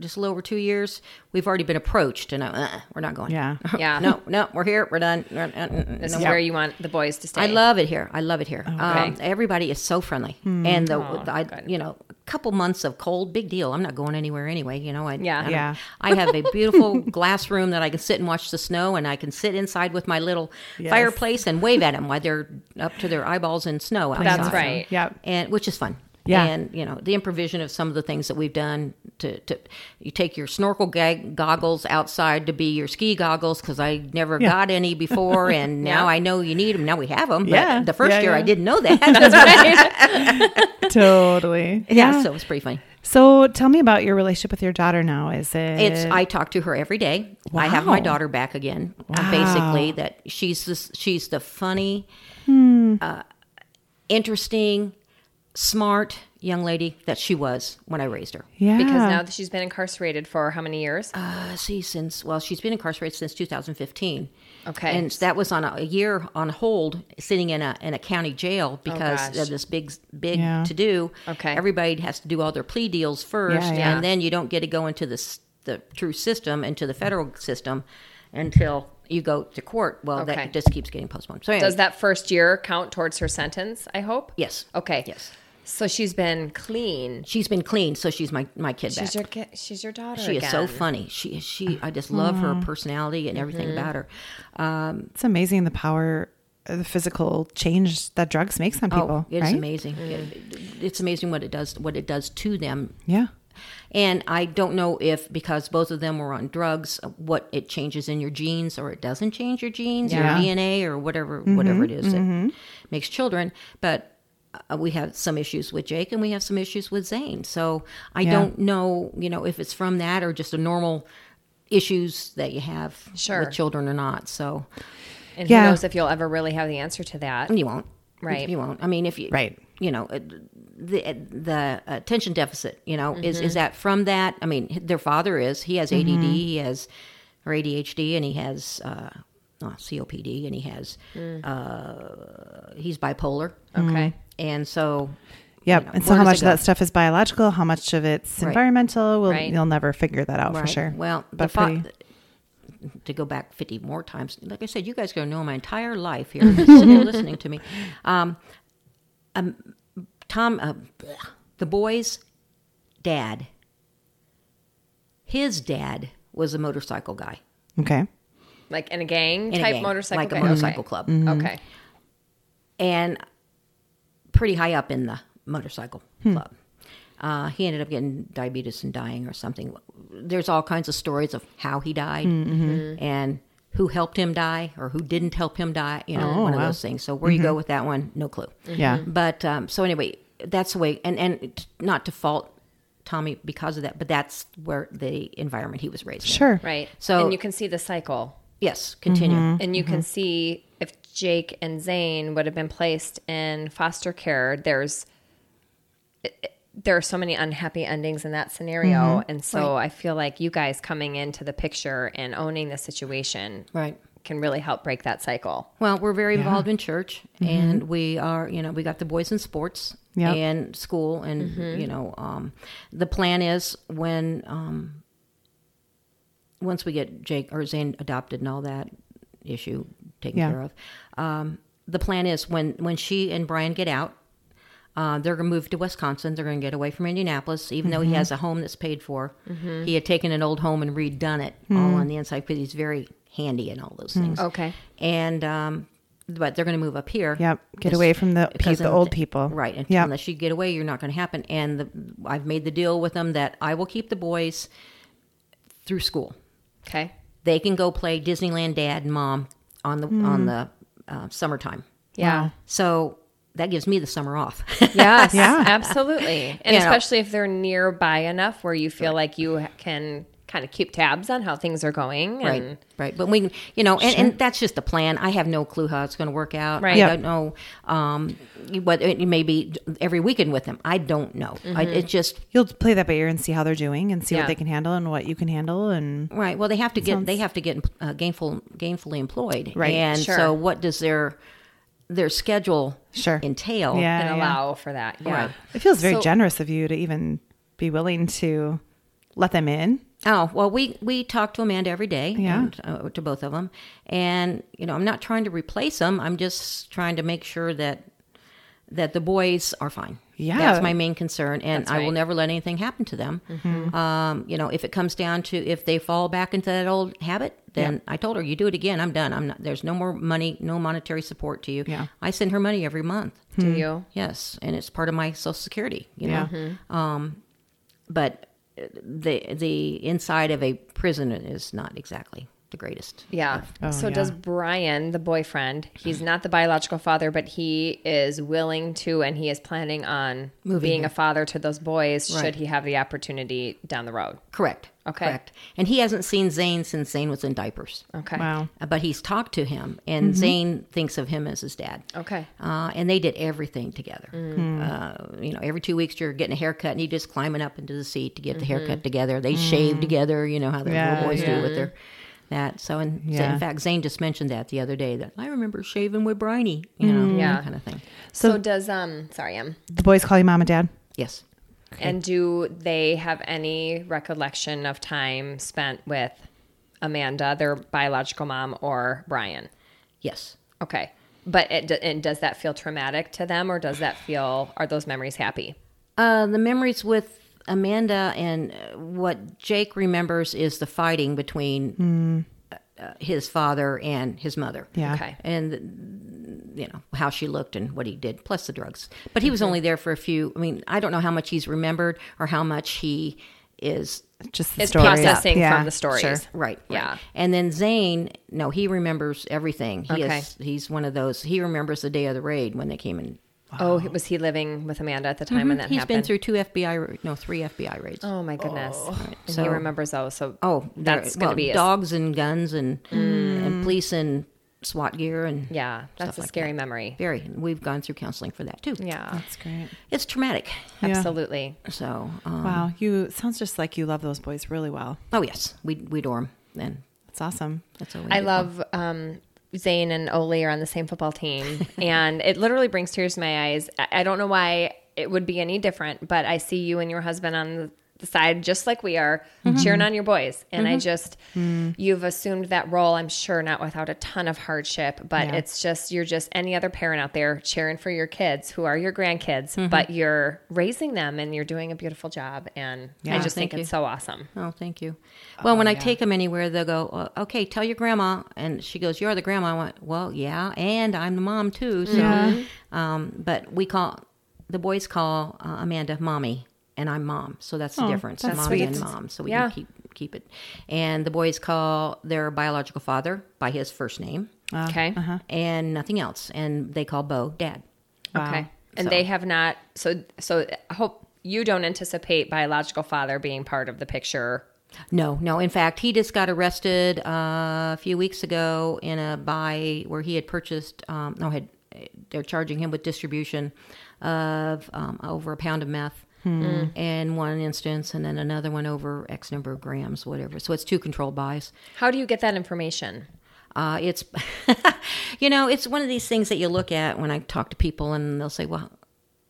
just a little over two years. We've already been approached, and uh, uh, we're not going.
Yeah.
Yeah.
no, no, we're here. We're done. Uh, uh, uh,
This is
no more.
where you want the boys to stay.
I love it here. I love it here. Um,
Okay.
everybody is so friendly,
Hmm.
and the,
Oh,
the- I,
good.
you know, a couple months of cold, big deal. I'm not going anywhere anyway. You know, I
Yeah.
I, don't-
Yeah.
I have a beautiful glass room that I can sit and watch the snow, and I can sit inside with my little
Yes.
fireplace and wave at them while they're up to their eyeballs in snow outside.
That's right.
Yeah.
and which is fun.
Yeah.
and you know the improvision of some of the things that we've done to, to you take your snorkel gag- goggles outside to be your ski goggles because I never
Yeah.
got any before, and now
Yeah.
I know you need them. Now we have them. But
Yeah.
the first
Yeah,
year
yeah.
I didn't know that.
Totally.
yeah. So it was pretty funny.
So tell me about your relationship with your daughter now. Is it?
It's I talk to her every day. I have my
Wow.
daughter back again. uh, Basically, that she's this, she's the funny,
Hmm.
uh, interesting, smart young lady that she was when I raised her.
yeah.
because now that she's been incarcerated for how many years?
Uh, see, since well, she's been incarcerated since 2015.
Okay.
and that was on a, a year on hold, sitting in a in a county jail because
Oh, gosh.
of this big big
Yeah.
to do.
Okay.
everybody has to do all their plea deals first,
Yeah, yeah.
and then you don't get to go into the s- the true system, into the federal system, until you go to court. Well,
Okay.
that just keeps getting postponed. So anyway,
Does that first year count towards her sentence? I hope.
Yes.
Okay.
Yes.
So she's been clean.
She's been clean, so she's my my kid back.
She's your ki- she's your daughter.
she is so
again.
funny. She she I just love
Mm-hmm.
her personality and everything
Mm-hmm.
about her.
it's amazing the power, uh, the physical change that drugs makes on people.
it's
right?
Oh, amazing.
Mm-hmm.
It- it's amazing what it does what it does to them.
Yeah.
And I don't know if because both of them were on drugs, what it changes in your genes or it doesn't change your genes,
Yeah.
your DNA or whatever
Mm-hmm,
whatever it is that makes children. But uh, we have some issues with Jake and we have some issues with Zane. So I don't know, you know, if it's from that or just a normal issues that you have
Sure.
with children or not. So
And
Yeah.
who knows if you'll ever really have the answer to that?
you won't
Right.
you won't i mean if you
Right.
you know uh, the uh, the attention deficit you know is is that from that i mean their father is he has add he has or adhd and he has uh uh, COPD and he has uh, he's bipolar,
Okay.
and so
Yep.
you know,
and so
where
how
does
much of
it go?
that stuff is biological, how much of it's
Right.
environmental, we'll,
Right.
you'll never figure that out for
Right.
sure.
Well, the
but
fa-
pretty-
to go back 50 more times, like I said, you guys are going to know my entire life here, just sitting here listening to me. Um, um, Tom, uh, bleh, the boy's dad, his dad was a motorcycle guy.
okay.
Like in a gang
in a
type
gang,
motorcycle.
Like a
gang?
motorcycle
Okay.
Mm-hmm.
club.
Okay.
and pretty high up in the motorcycle
Hmm.
club. Uh, he ended up getting diabetes and dying or something. There's all kinds of stories of how he died
Hmm, mm-hmm.
and who helped him die or who didn't help him die. You know, one
Oh,
of
wow. Mm-hmm.
those things. So where you go with that one, no clue.
Yeah.
But um, so anyway, that's the way. And and t- not to fault Tommy because of that, but that's where the environment he was raised. in.
Sure.
Right.
So-
and you can see the cycle,
Yes. Continue.
Mm-hmm.
and you can see if Jake and Zane would have been placed in foster care. There's it- it- there are so many unhappy endings in that scenario, and so I feel like you guys coming into the picture and owning the situation
Right.
can really help break that cycle.
Well, we're very involved in church, and we are, you know, we got the boys in sports
Mm-hmm. Yep.
and school, and you know, um, the plan is when um, once we get Jake or Zane adopted and all that issue taken
Yeah.
care of, um, the plan is when when she and Brian get out. Uh, they're going to move to Wisconsin. They're going to get away from Indianapolis, even though
Mm-hmm.
he has a home that's paid for. He had taken an old home and redone it
Mm-hmm.
all on the inside, but he's very handy in all those things
Okay.
and um, but they're going to move up here.
Yep. Get
Just
away from the pe-
because
the
un-
old people.
right? And
Yep.
Unless you get away, you're not going to happen. And the, I've made the deal with them that I will keep the boys through school.
Okay.
They can go play Disneyland, Dad and Mom on the on the uh, summertime.
Yeah.
So that gives me the summer off.
Yes,
Yeah.
absolutely. And
You know.
especially if they're nearby enough where you feel like you ha- can kind of keep tabs on how things are going. And
right right but we you know and, and that's just a plan i have no clue how it's going to work out
Right.
i
Yep.
don't know um what it may be every weekend with them i don't know I, it just
You'll play that by ear and see how they're doing and see
Yeah.
what they can handle and what you can handle and
right well they have to get they have to get uh, gainful gainfully employed
Right.
and
Sure.
so what does their their schedule
Sure.
entail
Yeah.
and allow for that. Yeah.
Right.
It feels very
So-
generous of you to even be willing to let them in.
Oh well, we we talk to Amanda every day,
Yeah.
and, uh, to both of them, and you know I'm not trying to replace them. I'm just trying to make sure that that the boys are fine.
Yeah.
that's my main concern, and I will
right.
never let anything happen to them.
Mm-hmm.
Um, you know, if it comes down to if they fall back into that old habit, then I told her, "You do it again. I'm done. I'm not. There's no more money, no monetary support to you.
Yeah.
I send her money every month.
Do you?
Yes, and it's part of my Social Security. You know,
Yeah.
Mm-hmm.
but uh, the the inside of a prison is not exactly the greatest.
Yeah.
Oh,
so does
yeah.
Brian, the boyfriend, he's not the biological father, but he is willing to and he is planning on being a father to those boys should
Right.
he have the opportunity down the road.
Correct.
Okay.
Correct. And he hasn't seen Zane since Zane was in diapers.
Okay.
Wow.
Uh, But he's talked to him, and
Mm-hmm.
Zane thinks of him as his dad.
Okay.
Uh, and they did everything together.
Mm.
Uh, you know, every two weeks you're getting a haircut, and you just climbing up into the seat to get the haircut together. They shave together. You know how the
Mm-hmm. Mm. Yeah,
little boys
yeah.
do with their that. So, and
Yeah.
in fact, Zane just mentioned that the other day that I remember shaving with Briny. You know,
Mm-hmm.
that
Yeah.
kind of thing.
So, does um sorry, um
The boys call you mom and dad.
Yes.
and do they have any recollection of time spent with Amanda, their biological mom or Brian?
Yes.
Okay. But it, and does that feel traumatic to them or does that feel are those memories happy?
Uh, the memories with Amanda and uh, what Jake remembers is the fighting between uh, uh, his father and his mother.
Yeah.
Okay.
And mm, you know how she looked and what he did, plus the drugs. But he was only there for a few. I mean, I don't know how much he's remembered or how much he is
Just the
It's
stories.
processing
Yeah,
from the stories.
sure.
Right. right.
Yeah.
And then Zane, no, he remembers everything. He
Okay.
is he's one of those. He remembers the day of the raid when they came in.
Oh, was he living with Amanda at the time when that
Mm-hmm. He's
happened?
been through two FBI, ra- no, three FBI raids.
oh my goodness. And he
So-
remembers those. So
Oh, there-
that's going to
well,
be a, Mm.
dogs and guns and and police and SWAT gear and
Yeah, that's
stuff
a
like
scary
that.
memory.
Very. And We've gone through counseling for that too.
Yeah,
That's great.
it's traumatic.
Yeah.
absolutely.
So, um,
Wow. You sounds just like you love those boys really well.
oh yes, we we dorm and
That's awesome.
that's all. We
I
do.
love um, Zane and Oli are on the same football team, and it literally brings tears to my eyes. I I don't know why it would be any different, but I see you and your husband on the side, just like we are, cheering on your boys. And I just, you've assumed that role, I'm sure, not without a ton of hardship, but
Yeah.
it's just, you're just any other parent out there cheering for your kids who are your grandkids, but you're raising them and you're doing a beautiful job. And I
Yeah.
just think
Thank
it's
you.
so awesome.
Oh, thank you. Well,
Oh,
when I take them anywhere, they'll go, "Oh, okay, tell your grandma. And she goes, you're the grandma. I went, well, yeah, and I'm the mom too. So, um, but we call, the boys call uh, Amanda mommy, and I'm mom. So that's the
Oh,
difference.
that's
mom
sweet.
and mom. So we
Yeah.
can keep, keep it. And the boys call their biological father by his first name
okay.
Uh-huh.
Uh-huh.
and nothing else. And they call Bo dad.
Okay. And
So-
they have not so so I hope you don't anticipate biological father being part of the picture.
No, no. In fact, he just got arrested uh, a few weeks ago in a buy where he had purchased. Um, no, had they're charging him with distribution of um, over a pound of meth in one instance, and then another one over X number of grams, whatever. So it's two controlled buys.
How do you get that information?
Uh, it's, you know, it's one of these things that you look at when I talk to people and they'll say, well,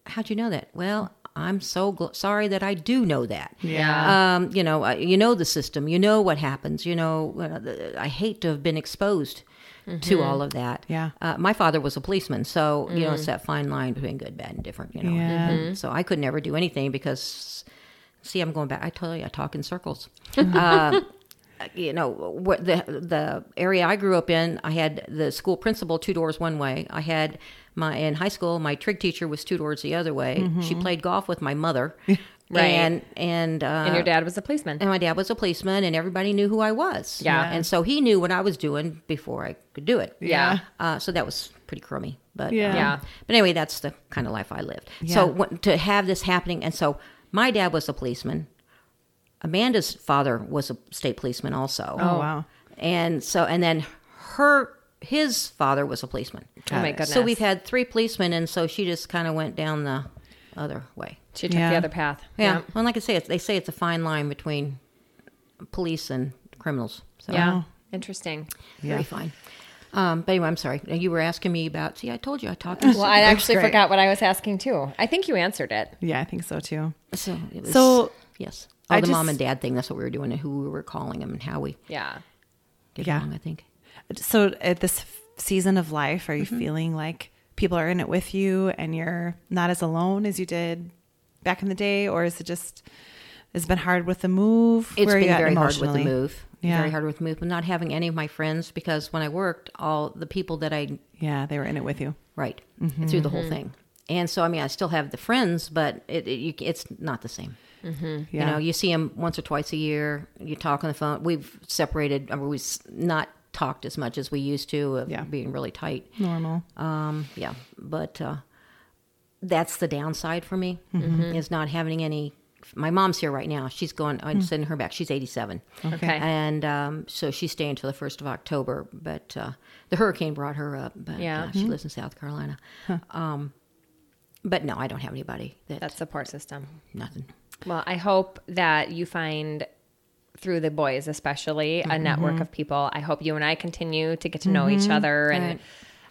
how'd you know that? Well, I'm so gl- sorry that I do know that.
Yeah.
Um, you know, uh, you know the system. You know what happens. You know, uh, the- I hate to have been exposed to all of that.
Mm-hmm. Yeah. Mm.
Uh, my father was a policeman, so you know it's that fine line between good, bad, and different. You know,
Yeah.
And so I could never do anything because, see, I'm going back. I tell you, I talk in circles. uh, you know what the the area I grew up in. I had the school principal two doors one way. I had my in high school my trig teacher was two doors the other way. She played golf with my mother,
Mm-hmm. Right.
And and uh,
And your dad was a policeman.
and my dad was a policeman, and everybody knew who I was.
Yeah.
and so he knew what I was doing before I could do it.
yeah.
Uh, so that was pretty crummy, but
Yeah.
um,
Yeah.
But anyway, that's the kind of life I lived. So when, to have this happening, and so my dad was a policeman. Amanda's father was a state policeman also.
Oh, wow.
And so, and then her his father was a policeman.
Oh my goodness.
So we've had three policemen, and so she just kind of went down the other way.
she took the
Yeah.
other path.
Yeah. Well, like I say, it's, they say it's a fine line between police and criminals. So
Yeah. Yeah. Interesting.
very fine. Um, but anyway, I'm sorry. You were asking me about. See, I told you I talked.
Well, I actually
great.
forgot what I was asking too. I think you answered it.
Yeah, I think so too.
so, it was,
So-
yes, oh,
I
the mom
just-
and dad thing. That's what we were doing, and who we were calling them, and how we
Yeah.
did
Yeah.
wrong. I think.
So at this f- season of life, are you
Mm-hmm.
feeling like people are in it with you and you're not as alone as you did back in the day, or is it just it's been hard with the move?
It's
Where are you
been
at
very hard with the
emotionally?
move.
Yeah.
Very hard with the move. But not having any of my friends because when I worked, all the people that I
Yeah, they were in it with you.
right
Mm-hmm,
through the whole thing. And so, I mean, I still have the friends, but it, it you, it's not the same.
Yeah.
Mm-hmm. You know, you see him once or twice a year. You talk on the phone. We've separated. I mean, we've s- not talked as much as we used to. Of
Yeah.
being really tight.
normal.
Um, yeah, but uh, that's the downside for me is not having any. My mom's here right now. She's going. I'm sending her back. She's 87,
Okay.
and um, so she's staying till the first of October. But uh, the hurricane brought her up. But
Yeah.
yeah, she lives in South Carolina. Um, but no, I don't have anybody. That,
That support system.
nothing.
Well, I hope that you find through the boys, especially a network of people. I hope you and I continue to get to know each other. And
Right.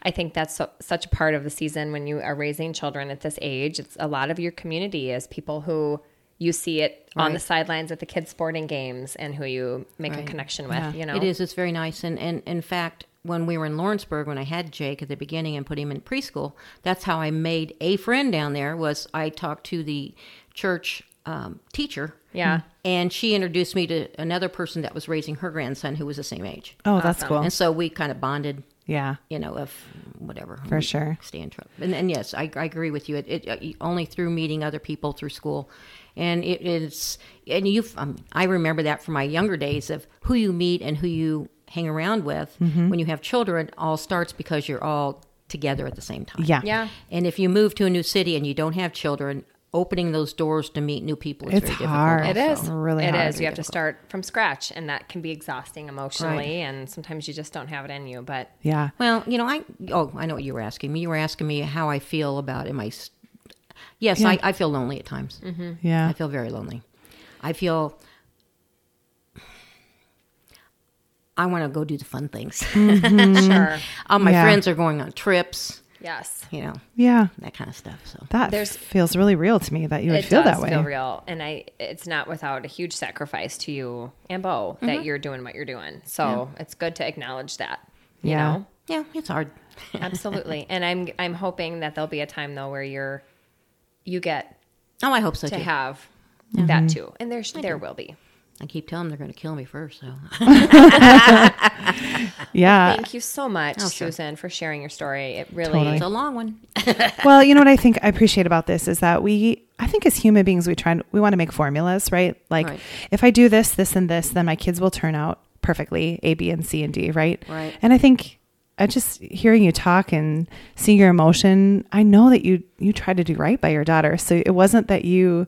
I think that's so, such a part of the season when you are raising children at this age. It's a lot of your community is people who you see it on the
Right.
sidelines at the kids' sporting games and who you make a
Right.
connection with, you know?
It is. It's very nice. And, and in fact, when we were in Lawrenceburg, when I had Jake at the beginning and put him in preschool, that's how I made a friend down there. Was I talked to the church um, teacher?
Yeah.
And she introduced me to another person that was raising her grandson who was the same age.
Oh, that's cool.
And so we kind of bonded,
Yeah.
you know, of whatever.
For sure.
Stay in trouble. And, and yes, I, I agree with you. It, it, uh, only through meeting other people through school, and it is. And you, um, I remember that from my younger days of who you meet and who you hang around with
Mm-hmm.
when you have children. All starts because you're all together at the same time.
Yeah.
Yeah.
And if you move to a new city and you don't have children, opening those doors to meet new people is
It's
very
hard.
It
difficult.
is
also.
really
It
hard.
is. You have to start from scratch, and that can be exhausting emotionally.
Right.
And sometimes you just don't have it in you. But
Yeah.
Well, you know, I oh, I know what you were asking me. You were asking me how I feel about am I? s- Yes, I, I feel lonely at times. Mm-hmm.
Yeah.
I feel very lonely. I feel I want to go do the fun things.
Sure.
All my
Yeah.
friends are going on trips,
Yes.
you know,
Yeah.
that kind of stuff. So
That
There's-
feels really real to me that you would
it
feel
does
that way.
feel real, and I it's not without a huge sacrifice to you and Bo
Mm-hmm.
that you're doing what you're doing. So it's good to acknowledge that. You
Yeah.
know?
yeah, it's hard.
Absolutely. and I'm I'm hoping that there'll be a time though where you're you get
Oh, I hope so
to
too.
have
Mm-hmm.
that too. And there's there will be.
I keep telling them they're going to kill me first. So
Yeah.
Thank you so much,
sure.
Susan, for sharing your story. It really
oh, Totally.
it's a long one.
well, you know what I think I appreciate about this is that we, I think as human beings, we try and we want to make formulas, right? Like
Right.
if I do this, this, and this, then my kids will turn out perfectly A, B, and C, and D, right?
Right.
And I think I just hearing you talk and seeing your emotion, I know that you you try to do right by your daughter. So it wasn't that you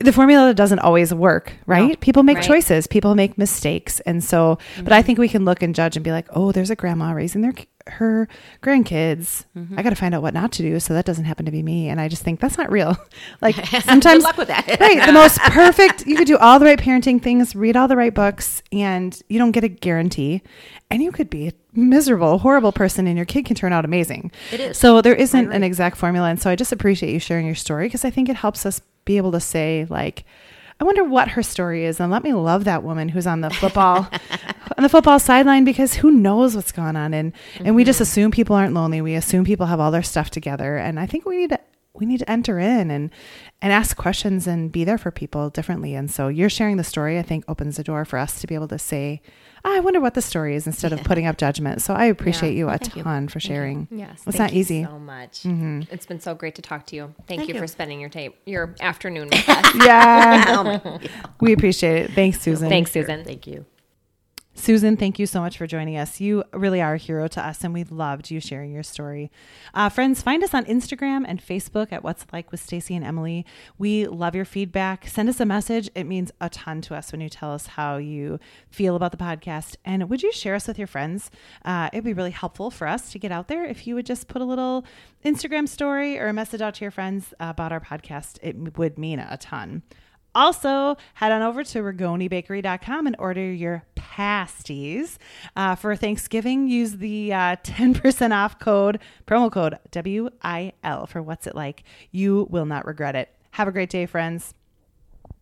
the formula doesn't always work, right? People make
Right.
choices, people make mistakes. And so, but I think we can look and judge and be like, "Oh, there's a grandma raising their her grandkids. I got to find out what not to do so that doesn't happen to be me." And I just think that's not real. like sometimes
Good luck with that.
right, the most perfect, you could do all the right parenting things, read all the right books, and you don't get a guarantee. And you could be a miserable, horrible person and your kid can turn out amazing.
It is.
So there isn't an exact formula. And so I just appreciate you sharing your story because I think it helps us be able to say, like, I wonder what her story is, and let me love that woman who's on the football on the football sideline because who knows what's going on, and and we just assume people aren't lonely. We assume people have all their stuff together, and I think we need to we need to enter in and and ask questions and be there for people differently. And so you're sharing the story, I think, opens the door for us to be able to say, "Ah, I wonder what the story is instead of putting up judgment. So I appreciate you a ton for sharing.
Yes,
It's
thank
not
you
easy. Mm-hmm.
So much. It's been so great to talk to you. Thank, you,
you.
for spending your tape, your afternoon with us.
Yeah. we appreciate it. Thanks, Susan.
Thanks, Susan.
Thank you.
Susan, thank you so much for joining us. You really are a hero to us, and we loved you sharing your story. Uh, friends, find us on Instagram and Facebook at What's It Like with Stacy and Emily. We love your feedback. Send us a message. It means a ton to us when you tell us how you feel about the podcast. And would you share us with your friends? Uh, it'd be really helpful for us to get out there if you would just put a little Instagram story or a message out to your friends about our podcast. It would mean a ton. Also, head on over to RagoniBakery.com and order your pasties. Uh, for Thanksgiving, use the uh, 10% off code, promo code WIL for What's It Like. You will not regret it. Have a great day, friends.